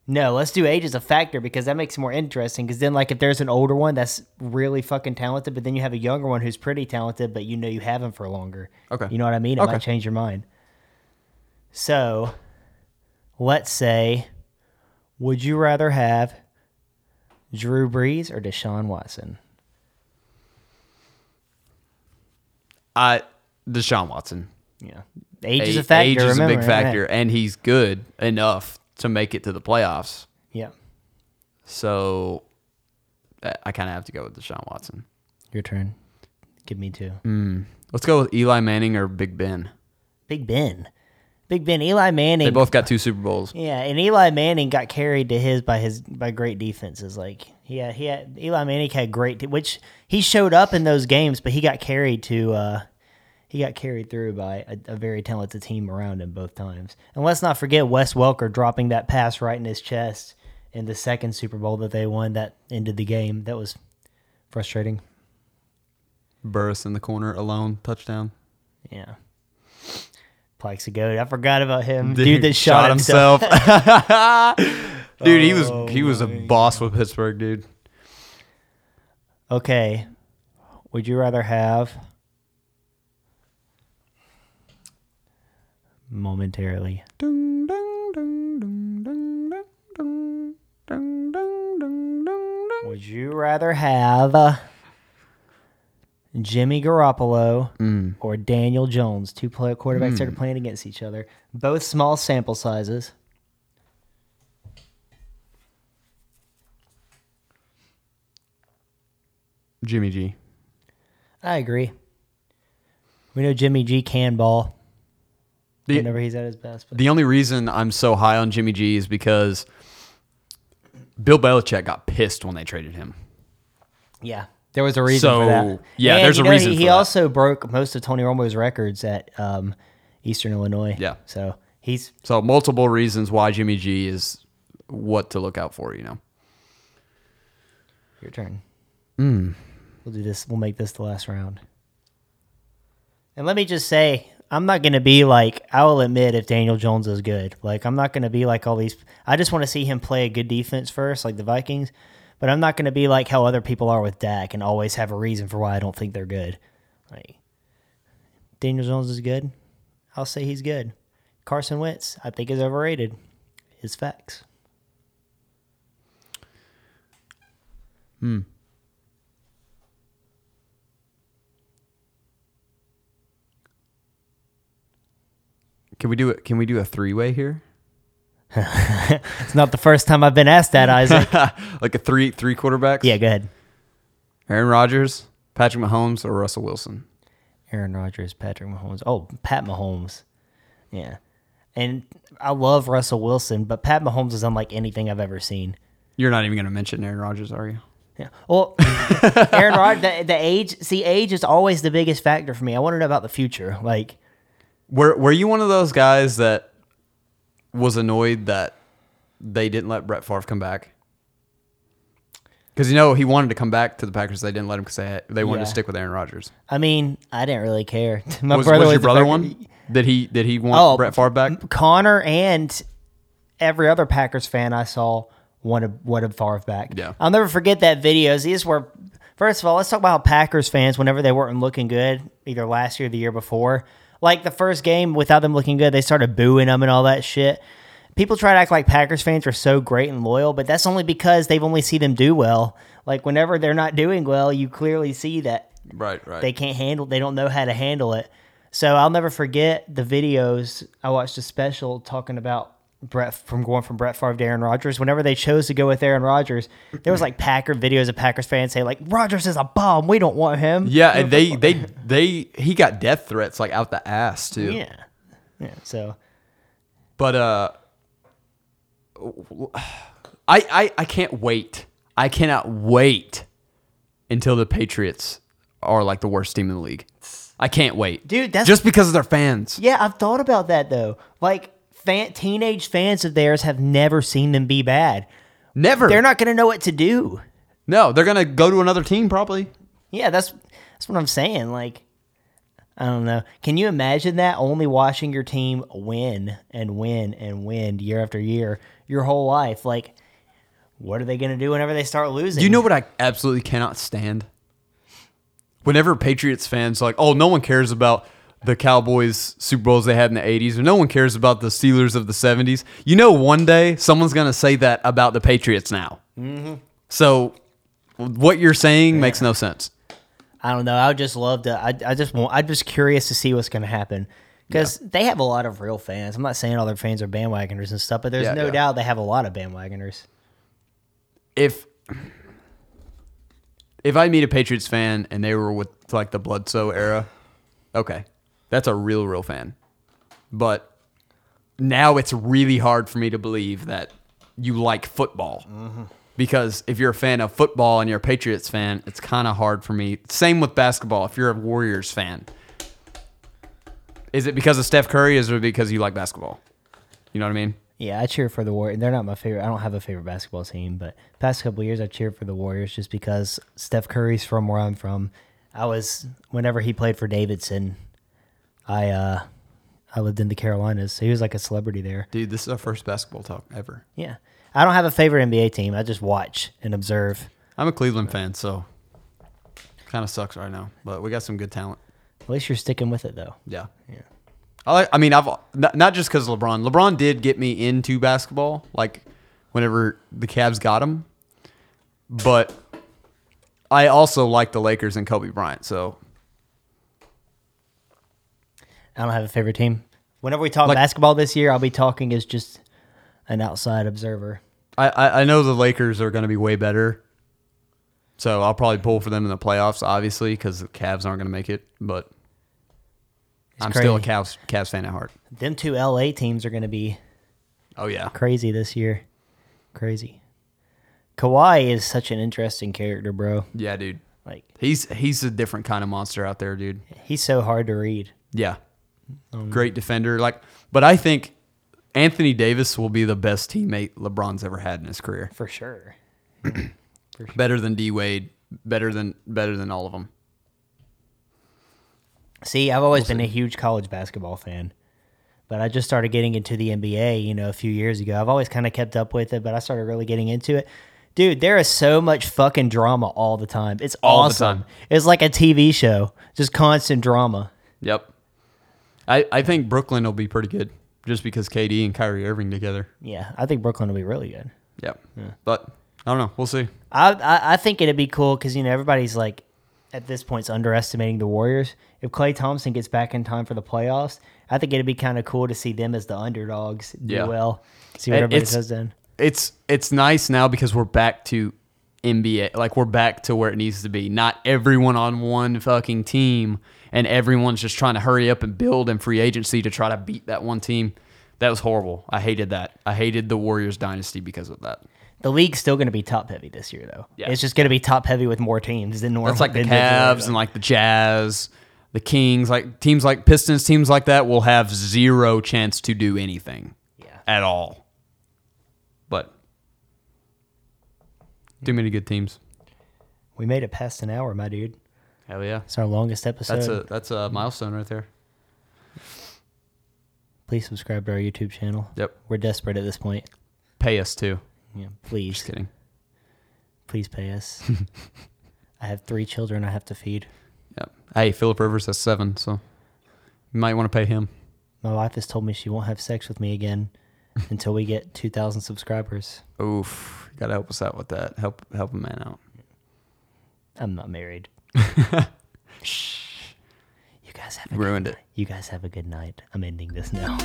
B: No, let's do age as a factor because that makes it more interesting. Because then, like, if there's an older one that's really fucking talented, but then you have a younger one who's pretty talented, but you know you have him for longer.
A: Okay.
B: You know what I mean? It
A: Okay.
B: might change your mind. So, let's say, would you rather have Drew Brees or Deshaun Watson?
A: I Deshaun Watson.
B: Yeah. Age is
A: A-
B: a factor.
A: Age is a
B: remember
A: big
B: that.
A: factor, and he's good enough to make it to the playoffs.
B: Yeah.
A: So I- I kind of have to go with Deshaun Watson.
B: Your turn. Give me two.
A: Mm. Let's go with Eli Manning or Big Ben.
B: Big Ben. Big Ben. Eli Manning.
A: They both got two Super Bowls.
B: Yeah, and Eli Manning got carried to his by his by great defenses. Like yeah, he had Eli Manning had great, de- which he showed up in those games, but he got carried to uh, he got carried through by a, a very talented team around him both times. And let's not forget Wes Welker dropping that pass right in his chest in the second Super Bowl that they won that ended the game. That was frustrating.
A: Burris in the corner alone, touchdown.
B: Yeah. Pike's a goat. I forgot about him.
A: [LAUGHS]
B: Dude, that shot, himself. [LAUGHS] Oh
A: dude, he was he was a boss with Pittsburgh, dude.
B: Okay. Would you rather have momentarily?
A: Ding, ding, ding, ding, ding, ding, ding, ding, ding, ding, ding, ding.
B: Would you rather have uh, Jimmy Garoppolo or Daniel Jones, two play- quarterbacks that are playing against each other, both small sample sizes?
A: Jimmy G.
B: I agree. We know Jimmy G can ball
A: The-
B: whenever he's at his best. But
A: The only reason I'm so high on Jimmy G is because Bill Belichick got pissed when they traded him.
B: yeah, there was a reason for
A: So,
B: that.
A: yeah,
B: And,
A: there's a
B: you know,
A: reason
B: He,
A: for
B: he
A: that.
B: also broke most of Tony Romo's records at um, Eastern Illinois.
A: Yeah.
B: so he's
A: So multiple reasons why Jimmy G is what to look out for, you know.
B: your turn. Hmm. We'll do this. We'll make this the last round. And let me just say, I'm not going to be like, I will admit if Daniel Jones is good. Like, I'm not going to be like all these. I just want to see him play a good defense first, like the Vikings. But I'm not going to be like how other people are with Dak and always have a reason for why I don't think they're good. Like, Daniel Jones is good. I'll say he's good. Carson Wentz, I think, is overrated. His facts.
A: Can we do it? Can we do a three way here?
B: It's not the first time I've been asked that, Isaac.
A: [LAUGHS] like a three three quarterbacks?
B: [LAUGHS] yeah, go ahead.
A: Aaron Rodgers, Patrick Mahomes, or Russell Wilson.
B: Aaron Rodgers, Patrick Mahomes. Oh, Pat Mahomes. Yeah. And I love Russell Wilson, but Pat Mahomes is unlike anything I've ever seen.
A: You're not even going to mention Aaron Rodgers, are you?
B: Yeah. Well, [LAUGHS] Aaron Rodgers, the, the age, see, age is always the biggest factor for me. I want to know about the future. Like,
A: Were Were you one of those guys that was annoyed that they didn't let Brett Favre come back? Because you know he wanted to come back to the Packers, they didn't let him because they had, they wanted
B: Yeah.
A: to stick with Aaron Rodgers.
B: I mean, I didn't really care. [LAUGHS] My
A: Was, was your
B: the
A: brother
B: fact-
A: one? Did he Did he want
B: Oh,
A: Brett Favre back?
B: Connor and every other Packers fan I saw wanted wanted Favre back.
A: Yeah.
B: I'll never forget that video. These were first of all, let's talk about how Packers fans, whenever they weren't looking good, either last year or the year before, like the first game without them looking good, they started booing them and all that shit. People try to act like Packers fans are so great and loyal, but that's only because they've only seen them do well. Like whenever they're not doing well, you clearly see that
A: Right, right.
B: they can't handle they don't know how to handle it so i'll never forget the videos i watched a special talking about Brett from going from Brett Favre to Aaron Rodgers. Whenever they chose to go with Aaron Rodgers, there was like Packer videos of Packers fans saying like Rodgers is a bomb. We don't want him.
A: yeah, and
B: [LAUGHS]
A: they they they he got death threats like out the ass too.
B: yeah, yeah. So
A: But uh, I I I can't wait. I cannot wait until the Patriots are like the worst team in the league. I can't wait,
B: Dude, that's-
A: just because of their fans.
B: yeah, I've thought about that though. Like fan, teenage fans of theirs have never seen them be bad.
A: Never.
B: They're not going to know what to do.
A: No, they're gonna go to another team probably.
B: Yeah, that's that's what I'm saying. Like, I don't know. Can you imagine that only watching your team win and win and win year after year your whole life? Like, what are they gonna do whenever they start losing?
A: Do you know what I absolutely cannot stand? Whenever Patriots fans like, oh, no one cares about the Cowboys Super Bowls they had in the 80s, or no one cares about the Steelers of the 70s. You know, one day someone's going to say that about the Patriots now. So what you're saying makes no sense.
B: I don't know. I would just love to. I, I just want. I'm just curious to see what's gonna happen because they have a lot of real fans. I'm not saying all their fans are bandwagoners and stuff, but there's
A: Yeah,
B: no
A: yeah.
B: doubt they have a lot of bandwagoners.
A: If if I meet a Patriots fan and they were with like the Bledsoe era, okay, that's a real, real fan. But now it's really hard for me to believe that you like football. Because if you're a fan of football and you're a Patriots fan, it's kind of hard for me. Same with basketball. If you're a Warriors fan, Is it because of Steph Curry? Or is it because you like basketball? You know what I mean?
B: Yeah, I cheer for the Warriors. They're not my favorite. I don't have a favorite basketball team, but past couple years I've cheered for the Warriors just because Steph Curry's from where I'm from. I was whenever he played for Davidson, I uh I lived in the Carolinas, so he was like a celebrity there.
A: Dude, this is our first basketball talk ever.
B: Yeah. I don't have a favorite NBA team. I just watch and observe.
A: I'm a Cleveland fan, so kind of sucks right now, but we got some good talent.
B: At least you're sticking with it though.
A: Yeah. Yeah. I like, I mean, I've not, not just because LeBron. LeBron did get me into basketball, like whenever the Cavs got him. But I also like the Lakers and Kobe Bryant. So
B: I don't have a favorite team. Whenever we talk
A: Like-
B: basketball this year, I'll be talking as just an outside observer.
A: I, I, I know the Lakers are going to be way better. So I'll probably pull for them in the playoffs, obviously, because the Cavs aren't going to make it. But I'm still a
B: crazy.
A: Cavs, Cavs fan at heart.
B: Them two LA teams are going to be
A: Oh, yeah.
B: crazy this year. Crazy. Kawhi is such an interesting character, bro.
A: Yeah, dude.
B: Like
A: He's, he's a different kind of monster out there, dude.
B: he's so hard to read.
A: Yeah. Great defender. Like, but I think Anthony Davis will be the best teammate LeBron's ever had in his career.
B: For sure.
A: Better than D Wade. Better than better than all of them.
B: See, I've always been a huge college basketball fan, but I just started getting into the NBA, you know, a few years ago. I've always kind of kept up with it, but I started really getting into it. Dude, there is so much fucking drama all the time. It's
A: All the
B: awesome.
A: time.
B: It's like a TV show, just constant drama.
A: Yep. I, I think Brooklyn will be pretty good just because KD and Kyrie Irving together.
B: Yeah, I think Brooklyn will be really good.
A: Yep. But I don't know. We'll see.
B: I I, I think it'd be cool because you know everybody's like at this point's underestimating the Warriors. If Clay Thompson gets back in time for the playoffs, I think it'd be kind of cool to see them as the underdogs do
A: Yeah.
B: well. See what
A: And
B: everybody
A: it's-
B: does then.
A: It's it's nice now because we're back to NBA. Like we're back to where it needs to be. Not everyone on one fucking team and everyone's just trying to hurry up and build in free agency to try to beat that one team. That was horrible. I hated that. I hated the Warriors dynasty because of that.
B: The league's still going to be top heavy this year, though.
A: Yeah.
B: It's just going to be top heavy with more teams than normal.
A: That's like the
B: than regular.
A: Cavs and like the Jazz, the Kings, like teams like Pistons, teams like that will have zero chance to do anything
B: Yeah.
A: at all. But too many good teams.
B: we made it past an hour, my dude.
A: Hell yeah.
B: It's our longest episode.
A: That's a that's a milestone right there.
B: Please subscribe to our YouTube channel.
A: Yep.
B: We're desperate at this point.
A: Pay us too.
B: Yeah, please,
A: Just kidding.
B: please pay us.
A: [LAUGHS]
B: I have three children I have to feed.
A: Yep. Hey, Philip Rivers has seven, so you might want to pay him.
B: My wife has told me she won't have sex with me again until we get 2,000 subscribers.
A: Oof. You gotta help us out with that. Help help a man out.
B: I'm not married. Shh. You guys have a
A: Ruined it.
B: You guys have a good night. I'm ending this now.